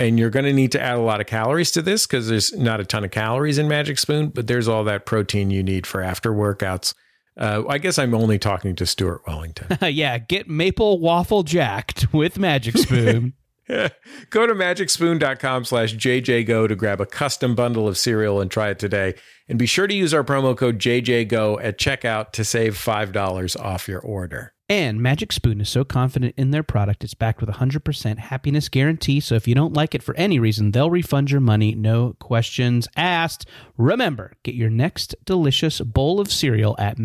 And you're going to need to add a lot of calories to this because there's not a ton of calories in Magic Spoon, but there's all that protein you need for after workouts. Uh, I guess I'm only talking to Stuart Wellington.
yeah, get maple waffle jacked with Magic Spoon.
Go to magicspoon.com slash jjgo to grab a custom bundle of cereal and try it today. And be sure to use our promo code jjgo at checkout to save $5 off your order.
And Magic Spoon is so confident in their product, it's backed with a 100% happiness guarantee. So if you don't like it for any reason, they'll refund your money, no questions asked. Remember, get your next delicious bowl of cereal at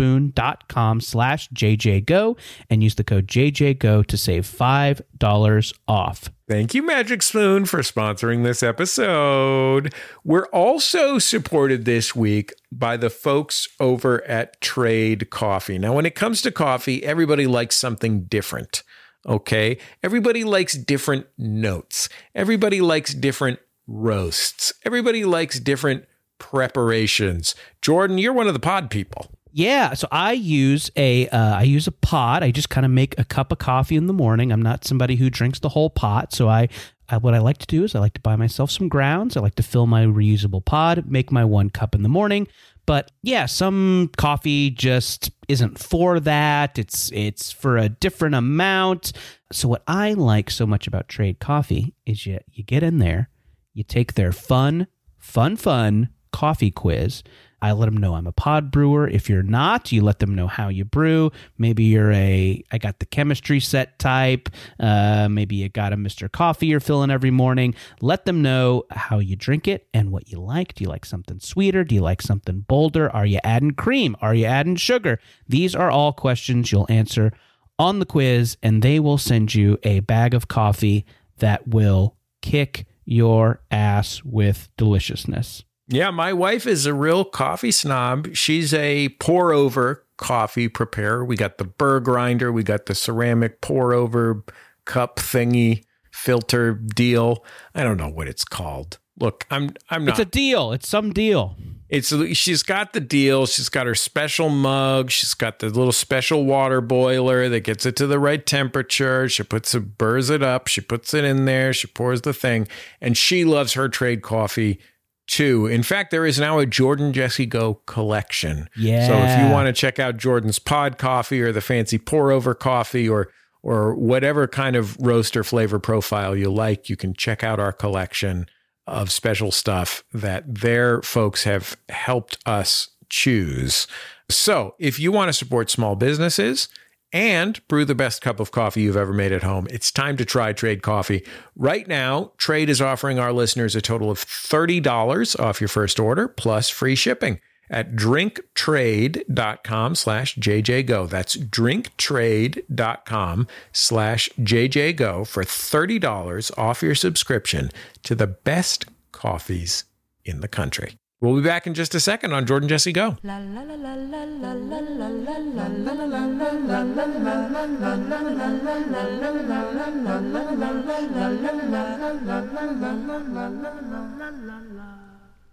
magicspoon.com slash jjgo and use the code jjgo to save $5 off.
Thank you, Magic Spoon, for sponsoring this episode. We're also supported this week by the folks over at Trade Coffee. Now, when it comes to coffee, everybody likes something different. Okay. Everybody likes different notes. Everybody likes different roasts. Everybody likes different preparations. Jordan, you're one of the pod people.
Yeah, so I use a uh, I use a pot. I just kind of make a cup of coffee in the morning. I'm not somebody who drinks the whole pot, so I, I what I like to do is I like to buy myself some grounds. I like to fill my reusable pod, make my one cup in the morning. But yeah, some coffee just isn't for that. It's it's for a different amount. So what I like so much about trade coffee is you you get in there, you take their fun, fun, fun coffee quiz. I let them know I'm a pod brewer. If you're not, you let them know how you brew. Maybe you're a I got the chemistry set type. Uh, maybe you got a Mr. Coffee you're filling every morning. Let them know how you drink it and what you like. Do you like something sweeter? Do you like something bolder? Are you adding cream? Are you adding sugar? These are all questions you'll answer on the quiz, and they will send you a bag of coffee that will kick your ass with deliciousness.
Yeah, my wife is a real coffee snob. She's a pour over coffee preparer. We got the burr grinder, we got the ceramic pour over cup thingy filter deal. I don't know what it's called. Look, I'm I'm not
It's a deal. It's some deal.
it's she's got the deal. She's got her special mug. She's got the little special water boiler that gets it to the right temperature. She puts it, burrs it up. She puts it in there. She pours the thing, and she loves her trade coffee too. In fact, there is now a Jordan Jesse Go collection. So if
Yeah.
you want to check out Jordan's pod coffee or the fancy pour over coffee or or whatever kind of roast or flavor profile you like, you can check out our collection of special stuff that their folks have helped us choose. So, if you want to support small businesses and brew the best cup of coffee you've ever made at home. It's time to try Trade Coffee. Right now, Trade is offering our listeners a total of $30 off your first order plus free shipping at drinktrade.com slash jjgo. That's drinktrade.com slash jjgo for $30 off your subscription to the best coffees in the country. We'll be back in just a second on Jordan Jesse Go.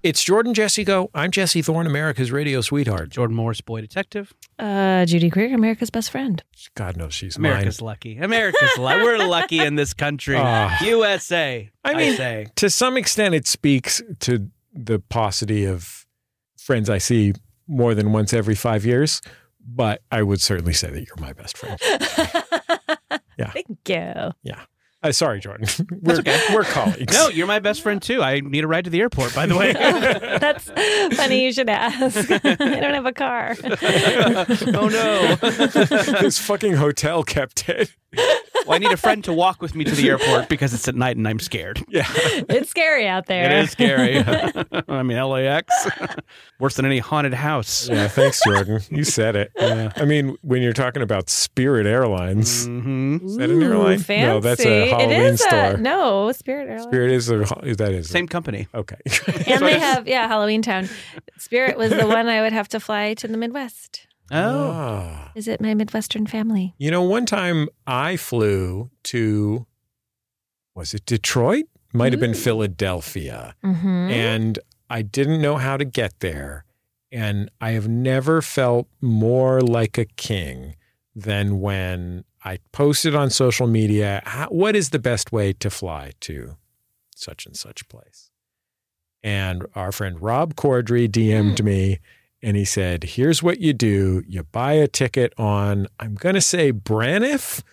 It's Jordan Jesse Go. I'm Jesse Thorne, America's radio sweetheart.
Jordan Morris, boy detective.
Uh, Judy Greer, America's best friend.
God knows she's
America's lucky. America's lucky. We're lucky in this country.
Ah.
USA.
I mean-
say.
mine. To some extent, it speaks to the paucity of friends I see more than once every five years, but I would certainly say that you're my best friend.
Thank you.
Uh, sorry, Jordan. We're, we're colleagues.
No, you're my best friend too. I need a ride to the airport, by the way.
That's funny. You should ask. I don't have a car.
oh no.
this fucking hotel kept it.
Well, I need a friend to walk with me to the airport because it's at night and I'm scared.
Yeah.
It's scary out there.
It is scary. I mean, LAX. Worse than any haunted house.
Yeah. Thanks, Jordan. You said it. I mean, when you're talking about Spirit Airlines,
hmm
is that an airline?
Fancy.
No, that's a Halloween
it is
store.
A, no, Spirit Airlines.
Spirit is a that is a-
Same company.
okay.
And they have, yeah, Halloween Town. Spirit was the one I would have to fly to the Midwest.
Oh.
Ah.
Visit my Midwestern family.
You know, one time I flew to, was it Detroit? Might have been Philadelphia.
Mm-hmm.
And I didn't know how to get there. And I have never felt more like a king than when I posted on social media, how, what is the best way to fly to such and such place? And our friend Rob Cordry DM'd me and he said, Here's what you do you buy a ticket on, I'm going to say Braniff,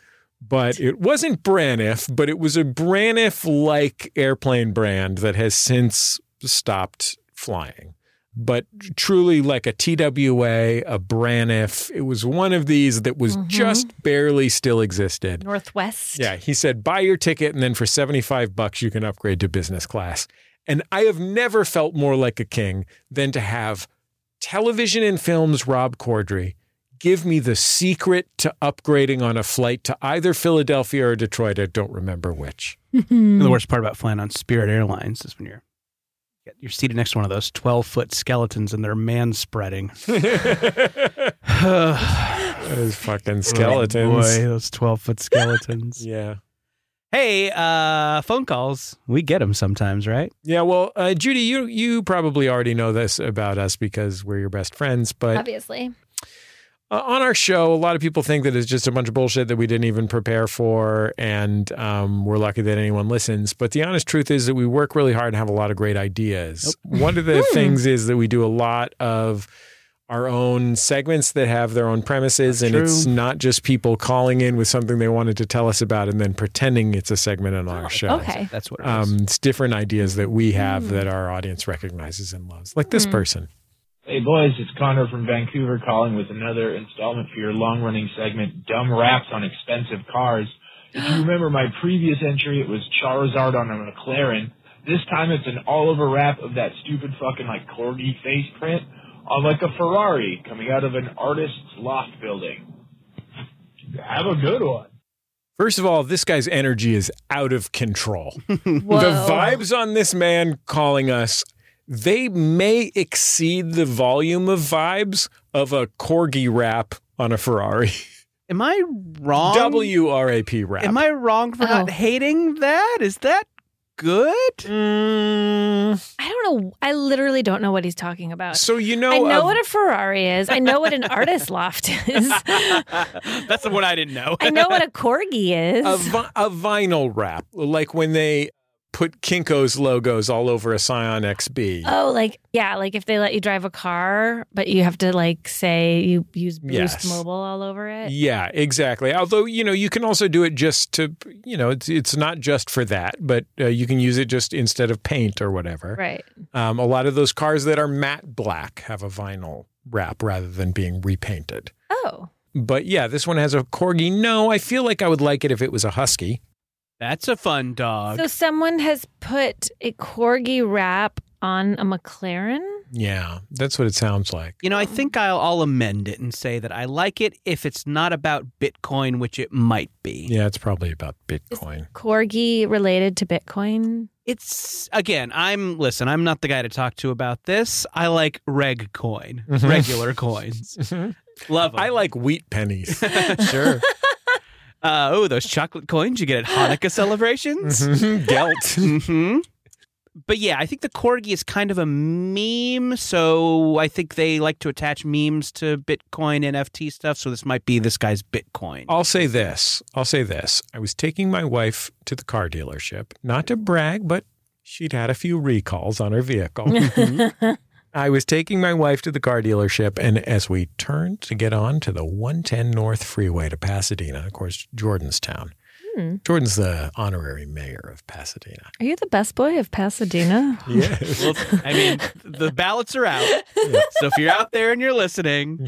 but it wasn't Braniff, but it was a Braniff like airplane brand that has since stopped flying. But truly, like a TWA, a Braniff, it was one of these that was
Mhm.
just barely still existed.
Northwest.
Yeah, he said buy your ticket and then for 75 bucks you can upgrade to business class. And I have never felt more like a king than to have television and films Rob Cordry give me the secret to upgrading on a flight to either Philadelphia or Detroit, I don't remember which.
And
Mm-hmm.
the worst part about flying on Spirit Airlines is when you're you're seated next to one of those 12 foot skeletons and they're man spreading.
Those fucking skeletons.
Boy, those 12 foot skeletons.
yeah.
Hey, uh, phone calls. We get them sometimes, right?
Yeah, well, uh, Judy, you you probably already know this about us because we're your best friends, but
Obviously.
Uh, on our show, a lot of people think that it's just a bunch of bullshit that we didn't even prepare for, and um, we're lucky that anyone listens. But the honest truth is that we work really hard and have a lot of great ideas. One of the things is that we do a lot of our own segments that have their own premises, and
True.
it's not just people calling in with something they wanted to tell us about and then pretending it's a segment on our show.
Okay.
That's what it is.
Um, it's different ideas that we have that our audience recognizes and loves, like this person.
Hey boys, it's Connor from Vancouver calling with another installment for your long running segment, Dumb Raps on Expensive Cars. If you remember my previous entry, it was Charizard on a McLaren. This time it's an all over wrap of that stupid fucking like corgi face print on like a Ferrari coming out of an artist's loft building. Have a good one.
First of all, this guy's energy is out of control.
Whoa.
The vibes on this man calling us, they may exceed the volume of vibes of a corgi rap on a Ferrari.
Am I wrong?
W R A P rap.
Am I wrong for
Oh.
not hating that? Is that good?
Mm,
I don't know. I literally don't know what he's talking about.
so you know,
I know
of-
what a Ferrari is. I know what an artist loft is.
That's the one I didn't know.
I know what a corgi is.
a, vi- a vinyl rap, like when they put Kinko's logos all over a Scion XB.
Oh, like yeah, like if they let you drive a car, but you have to like say you use Boost
Yes.
Mobile all over it.
Yeah, exactly. Although you know, you can also do it just to you know, it's it's not just for that, but uh, you can use it just instead of paint or whatever.
Right.
Um, a lot of those cars that are matte black have a vinyl wrap rather than being repainted.
Oh,
But yeah, this one has a corgi. No, I feel like I would like it if it was a husky.
That's a fun dog.
So someone has put a corgi wrap on a McLaren.
Yeah, that's what it sounds like.
You know, I think I'll, I'll amend it and say that I like it if it's not about Bitcoin, which it might be.
Yeah, it's probably about Bitcoin.
Corgi related to Bitcoin.
It's again, I'm listen, I'm not the guy to talk to about this. I like reg coin,
Mhm.
regular coins.
Mhm.
Love 'em.
I like wheat pennies. sure.
uh, oh, those chocolate coins you get at Hanukkah celebrations.
Mhm. Gelt.
hmm Mm-hmm. But yeah, I think the corgi is kind of a meme, so I think they like to attach memes to Bitcoin NFT stuff. So this might be this guy's Bitcoin.
I'll say this. I'll say this. I was taking my wife to the car dealership, not to brag, but she'd had a few recalls on her vehicle. I was taking my wife to the car dealership, and as we turned to get on to the 110 North Freeway to Pasadena, of course, Jordan's town.
Hmm.
Jordan's the honorary mayor of Pasadena.
Are you the best boy of Pasadena?
Yes.
Well, I mean, the ballots are out. So if you're out there and you're listening,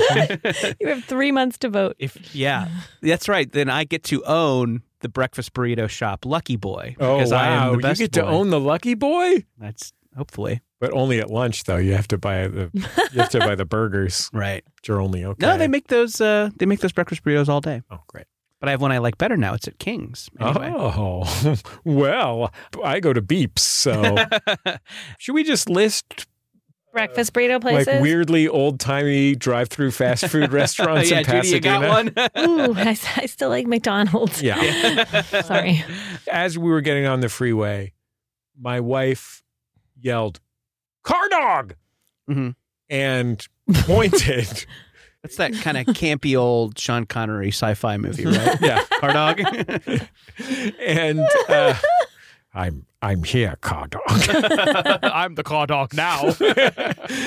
you have three months to vote.
if yeah, that's right. Then I get to own the breakfast burrito shop, Lucky Boy.
oh,
because
wow.
I am the best
you get to
boy.
own the Lucky Boy?
That's hopefully
But only at lunch, though. You have to buy the, you have to buy the burgers,
right.
which are only okay.
No, they make those. Uh, they make those breakfast burritos all day.
Oh, great.
But I have one I like better now. It's at King's. Anyway.
Oh, well, I go to beeps. So should we just list
Breakfast burrito places.
like weirdly old timey drive through fast food restaurants
Oh, yeah,
in
Judy, you
Pasadena?
got one.
Ooh, I, s- I still like McDonald's.
Yeah.
Sorry.
As we were getting on the freeway, my wife yelled, car dog,
Mhm.
and pointed.
That's that kind of campy old Sean Connery sci-fi movie, right?
yeah.
Car dog.
And uh, I'm, I'm here, car dog.
I'm the car dog now.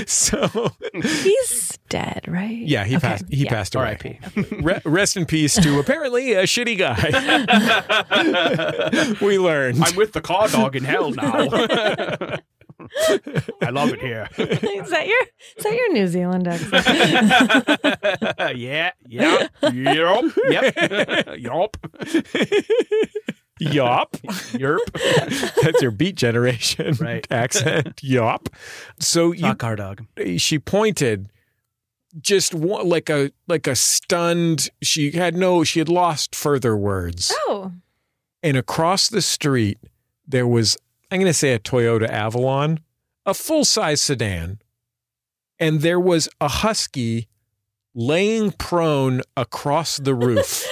so
He's dead, right?
yeah, he
Okay.
passed, he
Yeah.
passed away.
R.I.P.
Re- rest in peace to apparently a shitty guy. we learned.
with the car dog in hell now. I love it here.
is that your is that your New Zealand accent?
yeah, yeah, yep, yep, yep,
Yop.
yep.
That's your beat generation
Right.
accent. Yop. So you,
Not car dog.
she pointed just one, like a like a stunned she had no she had lost further words.
oh,
And across the street there was I'm going to say a Toyota Avalon, a full-size sedan. And there was a husky laying prone across the roof.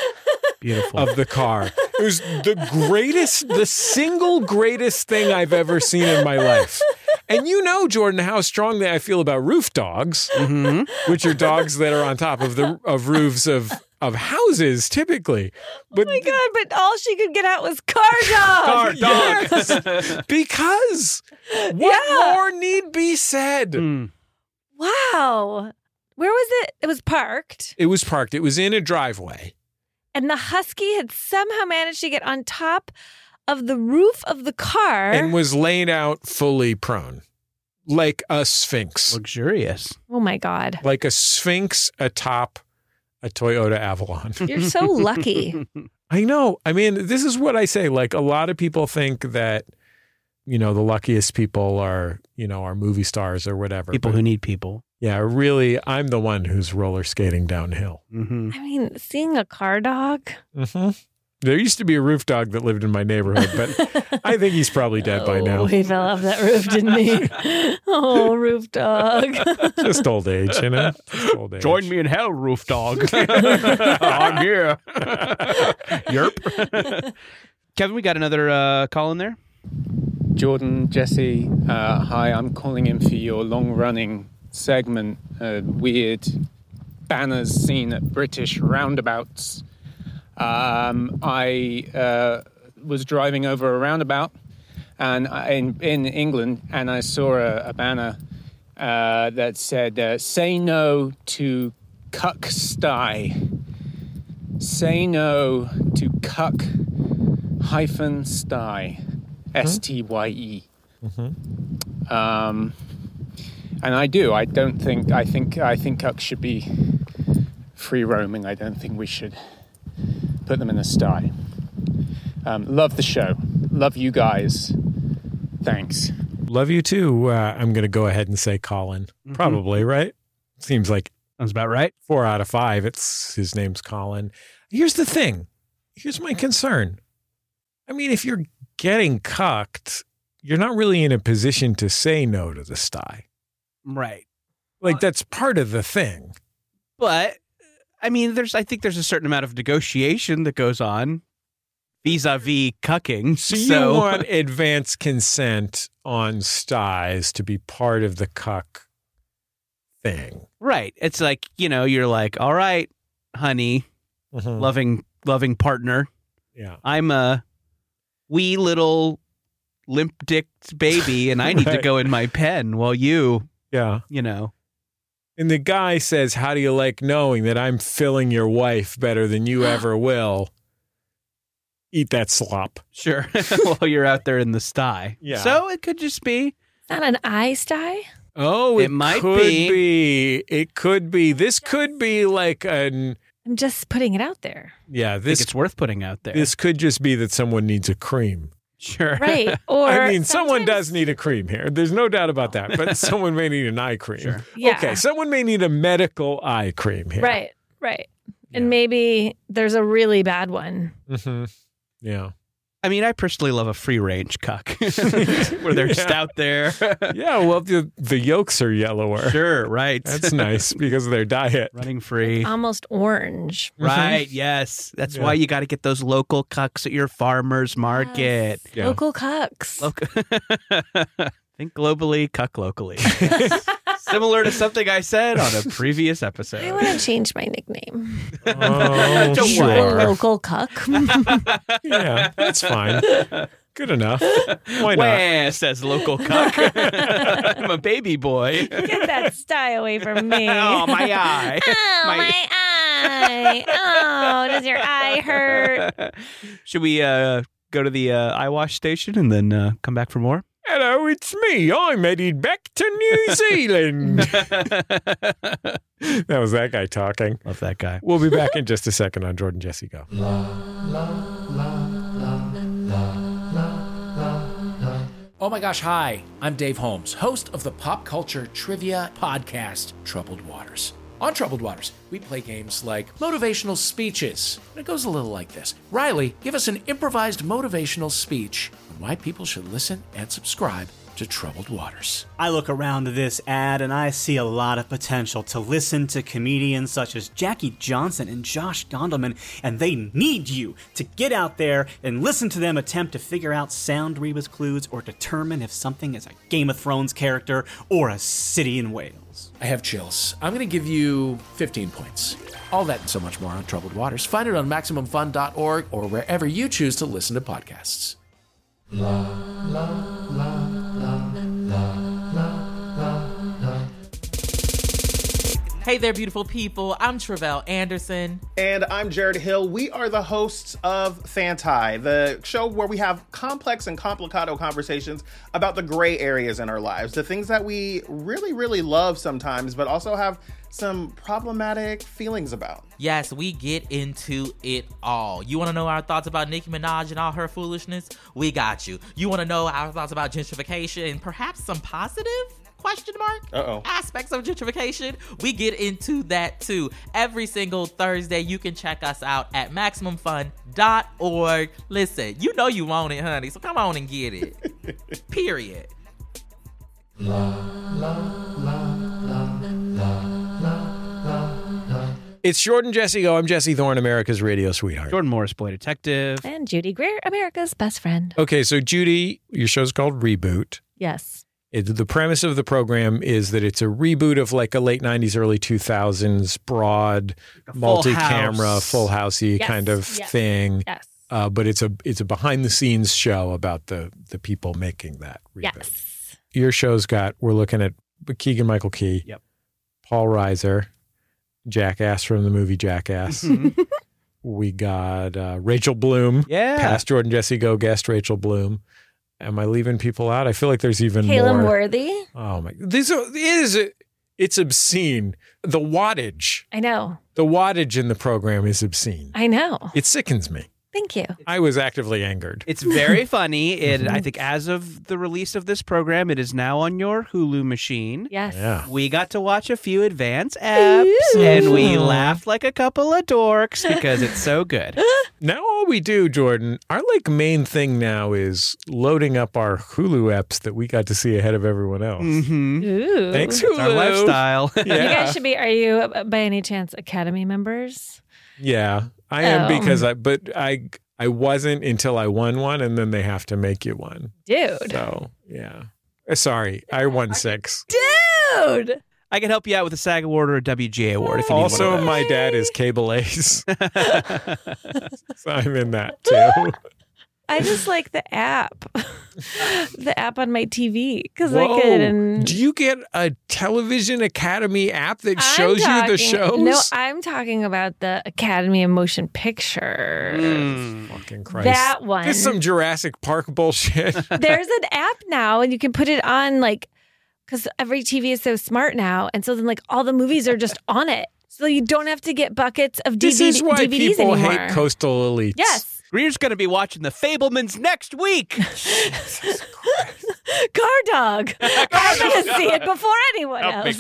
Beautiful.
of the car. It was the greatest, the single greatest thing I've ever seen in my life. And you know, Jordan, how strongly I feel about roof dogs,
Mhm.
which are dogs that are on top of the of roofs of of houses typically. But
my God! But all she could get out was car dog.
Car dog.
because what
Yeah.
more need be said?
Hmm.
Mm.
Wow. Where was it? It was parked,
It was parked. It was in a driveway.
and the husky had somehow managed to get on top of the roof of the car.
And was laid out fully prone. Like a sphinx.
Luxurious.
oh my God!
Like a sphinx atop a Toyota Avalon.
You're so lucky.
I know. I mean, this is what I say. Like a lot of people think that, you know, the luckiest people are, you know, are movie stars or whatever.
People
But,
who need people.
yeah, really, I'm the one who's roller skating downhill.
Mm-hmm.
I mean, seeing a car dog.
hmm There used to be a roof dog that lived in my neighborhood, but I think he's probably dead by now.
Oh, he fell off that roof, didn't he? oh, roof dog.
Just old age, you know. Just old age.
me in hell, roof dog. I'm here. Yerp. Kevin, we got another uh, call in there.
Jordan, Jesse, uh, hi. I'm calling in for your long running segment, uh, Weird Banners Seen at British Roundabouts. Um, I uh, was driving over a roundabout and I, in, in England and I saw a, a banner uh, that said, uh, Say no to cuck sty. Say no to cuck hyphen sty. S T Y E. Um, and I do. I don't think. I think. I think cuck should be free roaming. I don't think we should put them in a sty. Um, love the show. Love you guys. Thanks.
Love you too. Uh, I'm going to go ahead and say Colin.
Mm-hmm.
Probably, right? Seems like
Sounds about right.
four out of five. It's his name's Colin. Here's the thing. Here's my concern. I mean, if you're getting cucked, you're not really in a position to say no to the sty.
Right.
Like that's part of the thing.
But
I mean, there's I think there's a certain amount of negotiation that goes on vis-a-vis cucking.
So
So,
you want advance consent on styes to be part of the cuck thing.
right, it's like you know, you're like, all right, honey,
Mhm.
loving loving partner,
Yeah.
I'm a wee little limp-dicked baby, and I need to
Right.
go in my pen while you,
Yeah.
you know,
And the guy says, How do you like knowing that I'm filling your wife better than you ever will? Eat that slop.
sure, while you're out there in the sty.
Yeah.
So it could just be
Not an eye sty.
Oh, it,
It might
could
be.
It could be. This could be like an
I'm just putting it out there.
yeah.
I think
This
it's worth putting out there.
this could just be that someone needs a cream.
sure.
Right. Or
I mean, someone
sometimes-
does need a cream here. There's no doubt about that. But someone may need an eye cream.
Sure.
Yeah.
Okay, someone may need a medical eye cream here.
Right. Right.
Yeah.
And maybe there's a really bad one.
hmm Yeah.
I mean, I personally love a free range cuck where they're just
Yeah.
out there.
Yeah. Well, the the yolks are yellower.
sure, right.
That's nice because of their diet.
Running free.
Almost orange.
Right, yes. That's
Yeah.
why you got to get those local cucks at your farmer's market.
Yes.
Yeah.
Local cucks.
Local. Think globally, cuck locally. Similar to something I said on a previous
I
episode.
want to change my nickname.
Oh,
Don't
The
worry.
sure.
local cuck.
Yeah, that's fine. Good enough. Why not?
Wah, says local cuck. I'm a baby boy.
Get that sty away from me.
oh, my eye.
Oh,
My-
my, eye. Oh, does your eye hurt?
Should we uh, go to the uh, eye wash station and then uh, come back for more?
Hello, it's me. I'm headed back to New Zealand.
Love
that was that guy talking.
that guy.
We'll be back in just a second on Jordan Jesse Go.
Oh my gosh, hi. I'm Dave Holmes, host of the pop culture trivia podcast, Troubled Waters. On Troubled Waters, we play games like motivational speeches. And it goes a little like this Riley, give us an improvised motivational speech on why people should listen and subscribe to Troubled Waters.
I look around this ad and I see a lot of potential to listen to comedians such as Jackie Johnson and Josh Gondelman, and they need you to get out there and listen to them attempt to figure out sound rebus clues or determine if something is a Game of Thrones character or a city in Wales.
I have chills. I'm going to give you 15 points. All that and so much more on Troubled Waters. Find it on MaximumFun.org or wherever you choose to listen to podcasts.
Hey there, beautiful people. I'm Travelle Anderson.
And I'm Jared Hill. We are the hosts of Santai, the show where we have complex and complicado conversations about the gray areas in our lives, the things that we really, really love sometimes, but also have some problematic feelings about.
Yes, we get into it all. You want to know our thoughts about Nicki Minaj and all her foolishness? We got you. You want to know our thoughts about gentrification and perhaps some positive? Question mark?
Uh-oh.
Aspects of gentrification. We get into that too. Every single Thursday, you can check us out at MaximumFun.org. Listen, you know you want it, honey, so come on and get it. Period.
It's Jordan Jesse Go. I'm Jesse Thorne, America's radio sweetheart.
Jordan Morris, boy detective.
And Judy Greer, America's best friend.
Okay, so Judy, your show's called Reboot.
Yes.
It, the premise of the program is that it's a reboot of like a late 90s, early 2000s broad, multi camera,
House.
full housey
Yes,
kind of
yes.
thing.
Yes.
Uh, but it's a it's a behind the scenes show about the the people making that reboot.
Yes.
Your show's got we're looking at Keegan Michael Key,
Yep.
Paul Reiser, Jackass from the movie Jackass.
Mm-hmm.
we got uh, Rachel Bloom,
Yeah.
past Jordan Jesse Go guest Rachel Bloom. Am I leaving people out? I feel like there's even
Caleb
more.
Worthy.
Oh my! These are, it is a, It's obscene. The wattage,
I know.
the wattage in the program is obscene.
I know.
It sickens me.
Thank you.
I was actively angered.
It's very funny. It,
Mm-hmm.
I think as of the release of this program, it is now on your Hulu machine.
Yes.
Yeah.
We got to watch a few advance apps and we laughed like a couple of dorks because it's so good.
Now all we do, Jordan, our like main thing now is loading up our Hulu apps that we got to see ahead of everyone else.
Mm-hmm.
Ooh.
Thanks,
It's
Hulu.
our lifestyle.
You
Yeah.
guys should be. Are you uh, by any chance Academy members?
Yeah, I am
Oh.
because I but I I wasn't until I won one, and then they have to make you one.
Dude.
So yeah, Uh, sorry, I won six.
Dude.
I can help you out with a SAG award or a WGA award if you need
Also,
one of
my dad is cable ace, so I'm in that too.
I just like the app, the app on my TV because I
Whoa.
can.
Do you get a television academy app that
I'm
shows you the shows?
talking- No, I'm talking about the Academy of Motion Picture.
Mm.
Fucking Christ.
That one.
This is some Jurassic Park bullshit.
There's an app now, and you can put it on like because every TV is so smart now, and so then like all the movies are just on it, so you don't have to get buckets of DVD,
this is why
DVDs
people
anymore.
hate coastal elites.
yes.
Greer's going to be watching The Fablemans next week.
Car dog. I'm going to see it before anyone else.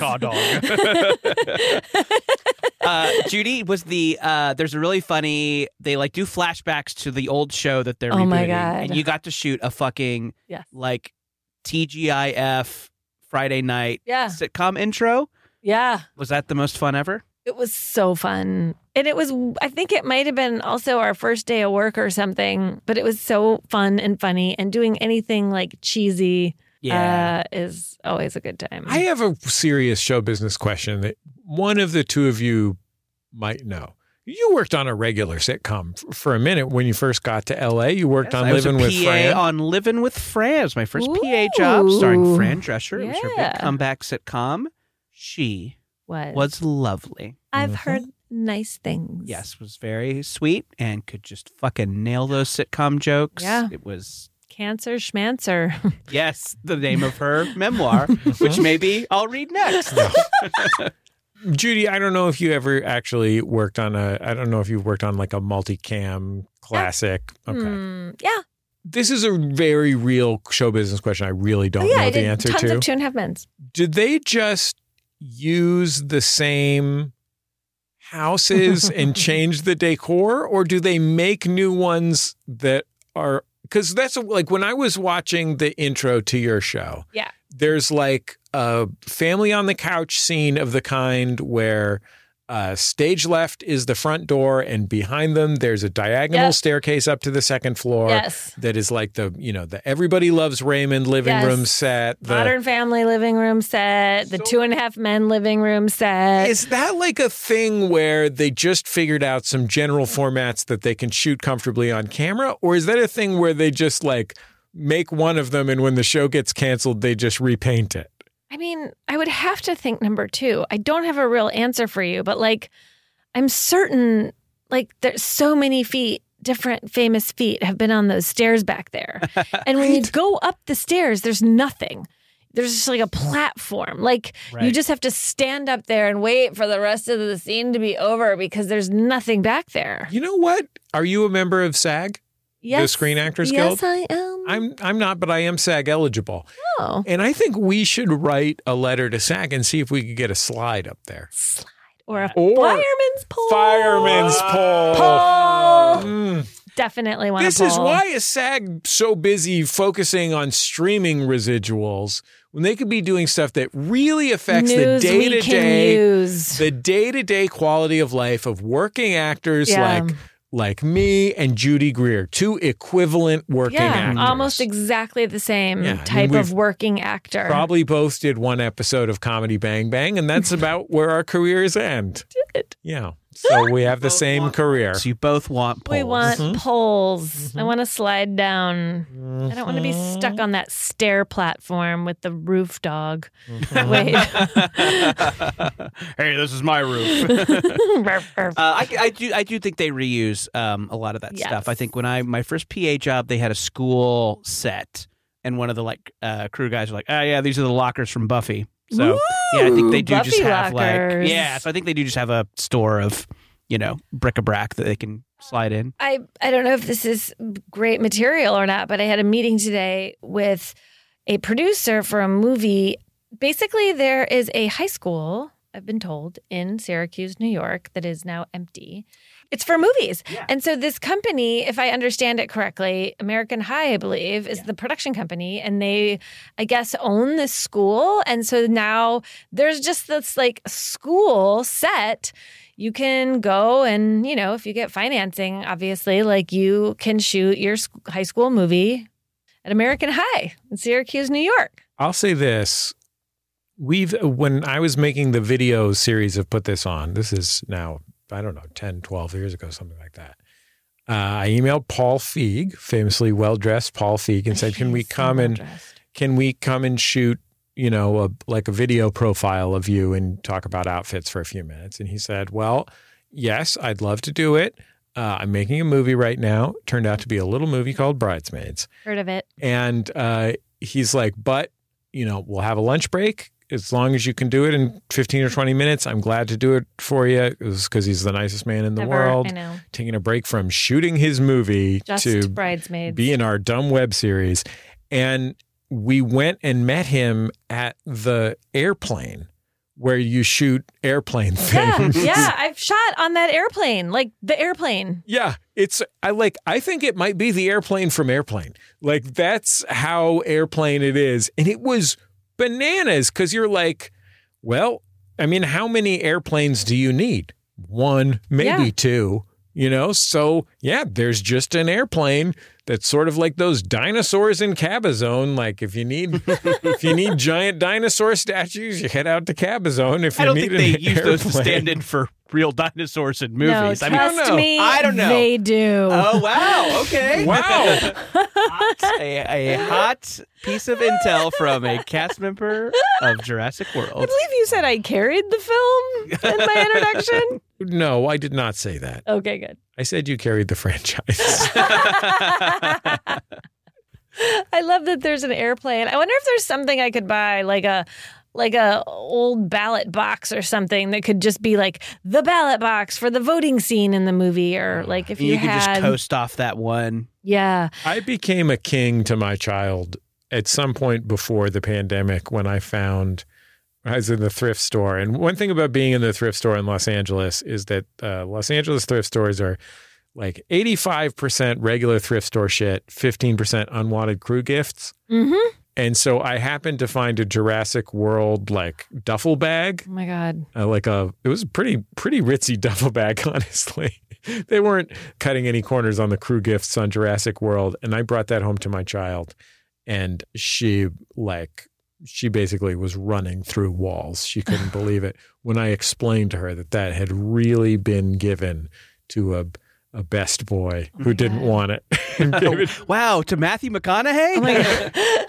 uh, Judy was the uh, there's a really funny they like do flashbacks to the old show that they're
Oh my
rebooting,
God.
and you got to shoot a fucking
Yes.
like TGIF Friday night
Yeah.
sitcom intro.
Yeah.
Was that the most fun ever?
It was so fun. And it was, I think it might have been also our first day of work or something, but it was so fun and funny. And doing anything like cheesy uh, is always a good time.
I have a serious show business question that one of the two of you might know. You worked on a regular sitcom f- for a minute when you first got to LA. You worked
Yes,
on
I was a
Living with
PA
Fran.
on Living with Fran. It was my first PA job, starring
Ooh.
Fran Drescher. It was her big
Yeah.
comeback sitcom. She
was.
was lovely.
Mm-hmm.
I've heard nice things.
Yes, was very sweet and could just fucking nail those sitcom jokes.
Yeah.
It was
Cancer schmancer.
yes, the name of her memoir, which maybe I'll read next.
Judy, I don't know if you ever actually worked on a, I don't know if you worked on like a multicam classic. Okay.
Hmm. yeah.
This is a very real show business question I really don't
Oh, yeah.
know
I
the
did
answer
tons
to.
of two and a half men's.
Did they just use the same houses and change the decor or do they make new ones that are cuz that's like when I was watching the intro to your show.
Yeah.
There's like a family on the couch scene of the kind where uh, stage left is the front door, and behind them there's a diagonal
Yeah.
staircase up to the second floor.
Yes.
That is like the you know the everybody loves Raymond living
Yes.
room set. The,
Modern family living room set, the two and a half men living room set.
Is that like a thing where they just figured out some general formats that they can shoot comfortably on camera? Or is that a thing where they just like make one of them and when the show gets canceled, they just repaint it?
I mean, I would have to think number two. I don't have a real answer for you, but like, I'm certain, like, there's so many feet, different famous feet have been on those stairs back there. And when you go up the stairs, there's nothing. There's just like a platform. Like, you just have to stand up there and wait for the rest of the scene to be over because there's nothing back there.
You know what? Are you a member of SAG,
Yes.
the Screen Actors
yes,
Guild?
I am.
I'm I'm not, but I am SAG eligible.
Oh.
And I think we should write a letter to SAG and see if we could get a slide up there.
Or a
Or-
fireman's pole.
Fireman's pole.
Pole.
Mm.
Definitely want
This
a pole.
is why is SAG so busy focusing on streaming residuals when they could be doing stuff that really affects the
News
day to
we can
day,
use.
the day to day quality of life of working actors
Yeah.
like like me and Judy Greer, two equivalent working
yeah,
actors.
almost exactly the same
Yeah, I mean,
type
we've
of working actor.
Probably both did one episode of Comedy Bang Bang, and that's about where our careers end. Yeah. So we have the same career.
so you both want poles.
we want
Mm-hmm.
poles. I want to slide down. I don't want to be
Mm-hmm.
stuck on that stair platform with the roof dog.
Mm-hmm.
hey, this is my roof.
Uh,
Wait.
Uh, I, I do I do think they reuse um, a lot of that
Yes.
stuff. I think when I my first PA job, they had a
"Ah,
school set, and one of the like uh, crew guys were like, "Oh yeah, these are the lockers from Buffy."
So yeah, I think they do just
Buffy
have
lockers.
like yeah. So I think they do just have a store of you know bric-a-brac that they can slide in.
I, I don't know if this is great material or not, but I had a meeting today with a producer for a movie. Basically, there is a high school, I've been told, in Syracuse, New York, that is now empty. It's for movies. And so, this company, if I understand it correctly, American High, I believe, is the production company. And they, I guess, own this school. And so now there's just this like school set you can go and you know if you get financing obviously like you can shoot your sc- high school movie at american high in syracuse new york
I'll say this. We've when I was making the video series of put this on, this is now, I don't know, 10, 12 years ago, something like that. Uh, I emailed Paul Feig, famously well dressed Paul Feig, and said, Can we come and can we come and shoot you know a, like a video profile of you and talk about outfits for a few minutes and he said well yes i'd love to do it uh, i'm making a movie right now turned out to be a little movie called bridesmaids
heard of it
and uh, he's like but you know we'll have a lunch break as long as you can do it in 15 or 20 minutes i'm glad to do it for you it was because he's the nicest man in the
Ever,
world
i know
taking a break from shooting his movie
just
to
bridesmaids
be in our dumb web series. And we went and met him at the airplane where you shoot airplane
yeah
things.
yeah i've shot on that airplane like the airplane
Yeah, it's I like I think it might be the airplane from airplane. Like that's how airplane it is. And it was bananas cuz you're like, well, I mean, how many airplanes do you need? One, maybe
Yeah.
two, you know? So, yeah, there's just an airplane that's sort of like those dinosaurs in Cabazon. Like if you need if you need giant dinosaur statues, you head out to Cabazon. If
I
you
don't
need
think they
an
use those to
airplane-
stand in for real dinosaurs in
no
movies.
trust
I mean,
don't know.
me
I don't know.
they do
Oh wow! Okay.
Wow.
a, a hot piece of intel from a cast member of Jurassic
i
World.
believe you said i carried the film in my introduction
No, I did not say that.
okay good
I said you carried the franchise.
I love that there's an airplane. I wonder if there's something I could buy, like a like a old ballot box or something that could just be like the ballot box for the voting scene in the movie, or like if
You,
you,
can
had,
just coast off that one.
yeah,
I became a king to my child at some point before the pandemic when I found I was in the thrift store. And one thing about being in the thrift store in Los Angeles is that uh, Los Angeles thrift stores are like 85% regular thrift store shit, 15% unwanted crew gifts.
mm-hmm. oh
And so I happened to find a Jurassic World like duffel bag
Oh my god,
uh, like a it was a pretty pretty ritzy duffel bag honestly they weren't cutting any corners on the crew gifts on jurassic world and i brought that home to my child and she like she basically was running through walls she couldn't believe it when i explained to her that that had really been given to a a best boy
Mm-hmm.
who didn't want it and gave it
Wow, to Matthew McConaughey?
oh my god.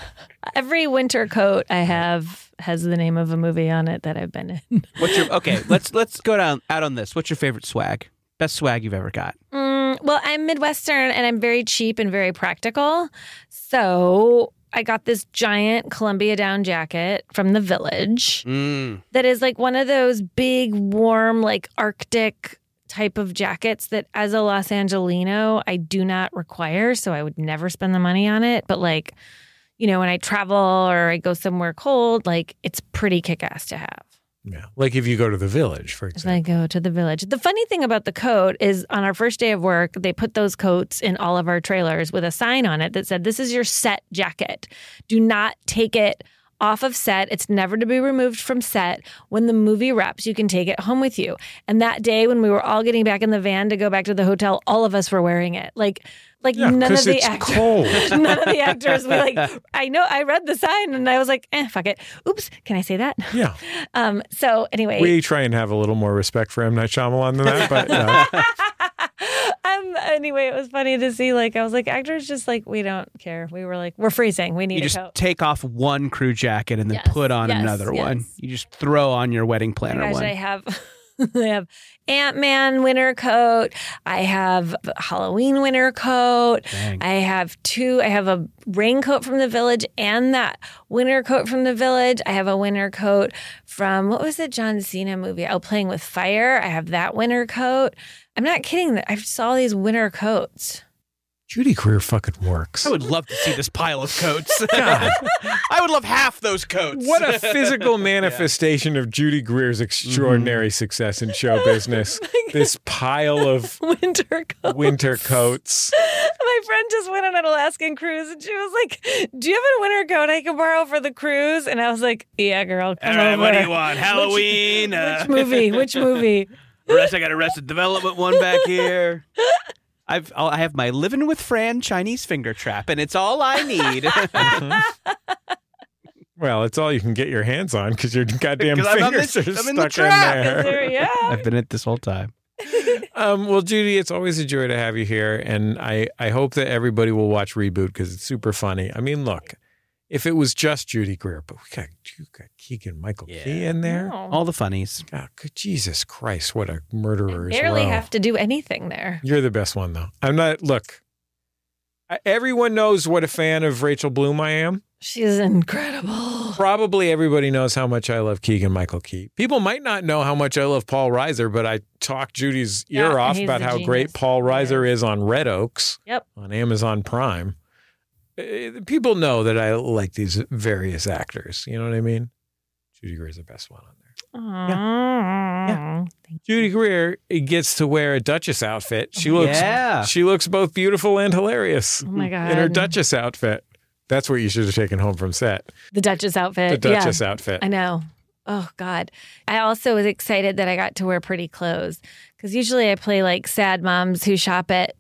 Every winter coat I have has the name of a movie on it that I've been in.
What's your okay? Let's let's go down out on this. What's your favorite swag? Best swag you've ever got?
Mm, well, I'm Midwestern and I'm very cheap and very practical. So I got this giant Columbia down jacket from the village
Mm.
that is like one of those big, warm, like Arctic type of jackets that as a Los Angelino, I do not require. So I would never spend the money on it. But like, you know, when I travel or I go somewhere cold, like it's pretty kick ass to have.
yeah. like if you go to the village for
As
example
I go to the village. The funny thing about the coat is on our first day of work, they put those coats in all of our trailers with a sign on it that said, This is your set jacket. Do not take it off of set. It's never to be removed from set. When the movie wraps, you can take it home with you. And that day when we were all getting back in the van to go back to the hotel, all of us were wearing it. Like like
yeah
none of
because
the
it's
actors
cold
none of the actors were like I know I read the sign and I was like, eh, fuck it. Oops, can I say that?
yeah
Um so anyway
we try and have a little more respect for M. Night Shyamalan than that but uh,
um. Anyway, it was funny to see. Like, I was like, actors just like we don't care. We were like, we're freezing. We need
You
a
just
coat.
take off one crew jacket and then
Yes,
put on
yes,
another
yes.
one. You just throw on your wedding
Oh my
planner
gosh,
one.
I have. I have Ant Man winter coat. I have Halloween winter coat.
Dang.
I have two. I have a raincoat from the village and that winter coat from the village. I have a winter coat from what was the John Cena movie? Oh, Playing with Fire. I have that winter coat. I'm not kidding. I saw these winter coats.
Judy Greer fucking works.
I would love to see this pile of coats.
God,
I would love half those coats.
what a physical manifestation of Judy Greer's extraordinary
Mm-hmm.
success in show business.
Oh
this pile of
Winter coat.
winter coats.
My friend just went on an Alaskan cruise and she was like, Do you have a winter coat I can borrow for the cruise? And I was like, Yeah, girl. Come
All right, what do you
over."
want? Halloween. uh,
Which movie? Which movie?
Rest, I got Arrested Development one back here. I've I'll, I have my living with Fran Chinese finger trap, and it's all I need because
Well, it's all you can get your hands on because your goddamn
'Cause I'm on
fingers
this-
are
I'm
stuck
in
in,
the trap.
there.
There- yeah.
I've been at this whole time.
Um, well, Judy, it's always a joy to have you here, and I I hope that everybody will watch Reboot because it's super funny. I mean, look, if it was just Judy Greer, but we got you got Keegan Michael Key in there.
No.
All the funnies.
God, good Ah, Jesus Christ, what a murderer! as
Barely
well.
have to do anything there.
You're the best one, though. I'm not. Look, I- everyone knows what a fan of Rachel Bloom I am.
She's incredible.
Probably everybody knows how much I love Keegan Michael Key. People might not know how much I love Paul Reiser, but I talk Judy's ear
Yeah,
off
he's
about
a
how
genius.
great Paul Reiser is on Red Oaks.
Yep.
On Amazon Prime. Eh, People know that I like these various actors. You know what I mean? Judy Greer's the best one on there.
Yeah.
Judy Greer eh, gets to wear a Duchess outfit. She looks
Yeah.
she looks both beautiful and hilarious
Oh my God.
in her Duchess outfit. That's what you should have taken home from set.
The Duchess outfit.
The
Uh, Yeah.
Duchess outfit.
I know. Oh God. I also was excited that I got to wear pretty clothes because usually I play like sad moms who shop at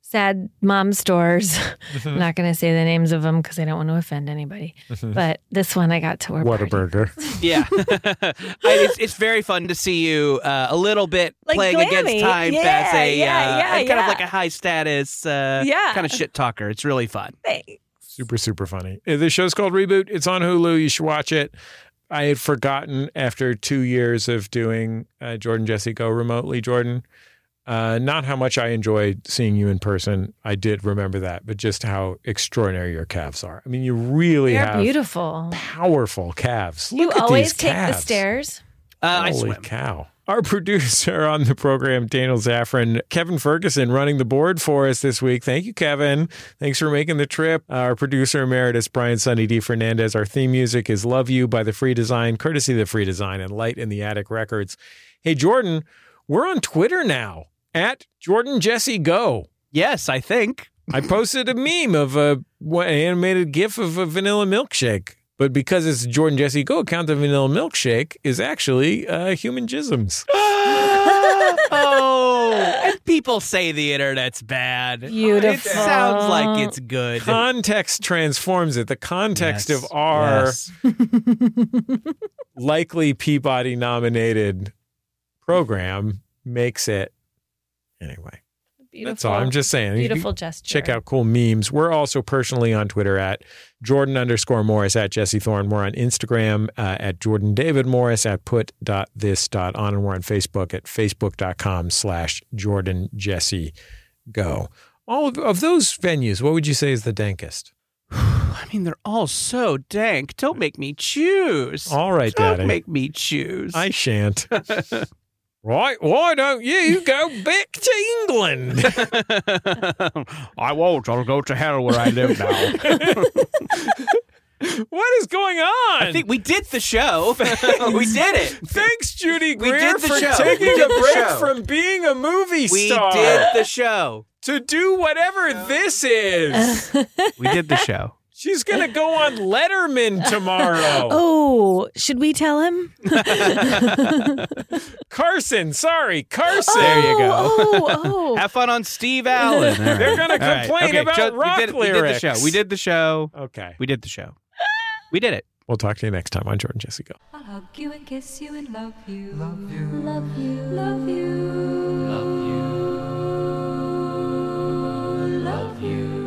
sad mom stores. I'm not going to say the names of them because I don't want to offend anybody. But this one I got to wear.
What a
pretty.
burger.
yeah, I- it's, it's very fun to see you uh, a little bit
Like
playing
glammy.
against time
Yeah,
as a
yeah,
uh,
yeah,
and kind of
yeah.
like a high status uh,
Yeah.
kind of shit talker. It's really fun.
Thanks.
Super, super funny. Uh, The show's called Reboot. It's on Hulu. You should watch it. I had forgotten after two years of doing uh, Jordan Jesse Go remotely, Jordan, uh, not how much I enjoyed seeing you in person. I did remember that, but just how extraordinary your calves are. I mean, you really
They're
have
beautiful.
powerful calves.
You
Look at
always
these
take the
calves.
stairs.
Uh, I
Holy
swim.
cow. Our producer on the program, Daniel Zaffron, Kevin Ferguson, running the board for us this week. Thank you, Kevin. Thanks for making the trip. Our producer emeritus, Brian Sunny D. Fernandez. Our theme music is Love You by The Free Design, courtesy of The Free Design and Light in the Attic Records. Hey, Jordan, we're on Twitter now at Jordan Jesse Go.
Yes, I think.
I posted a meme of a an animated GIF of a vanilla milkshake, but because it's Jordan Jesse Go account, the vanilla milkshake is actually uh, human jisms.
oh, and people say the internet's bad. It
Beautiful.
sounds like it's good.
Context transforms it. The context
Yes,
of our
yes.
likely Peabody nominated program makes it. Anyway,
beautiful.
that's all. I'm just saying. You
beautiful gesture.
check out cool memes. We're also personally on Twitter at Jordan underscore Morris at Jesse Thorne. We're on Instagram uh, at Jordan David Morris at put dot this dot on. And we're on Facebook at facebook.com slash Jordan Jesse go. All of, of those venues, what would you say is the dankest?
I mean, they're all so dank. Don't make me choose.
All right,
Don't
Daddy.
make me choose.
I shan't. right. Why don't you go back to England?
I won't. I'll go to hell where I live now.
what is going on?
I think we did the show. we did it.
Thanks, Judy
We
Greer,
did the
for
show. We
taking
did
a
the
break
show.
from being a movie
We
star
did the show.
to do whatever this is.
We did the show.
She's going to go on Letterman tomorrow.
Oh, should we tell him?
Carson, sorry, Carson.
There you go.
Oh, oh.
Have fun on Steve Allen.
They're going to
All right.
complain
Okay,
about
Joe-
rock
we did, it.
lyrics.
We did the show. We did the show.
Okay.
We did the show. We did it.
We'll talk to you next time on Jordan Jesse Go.
I'll hug you and kiss you and love you. Love you. Love you. Love you. Love you. Love you.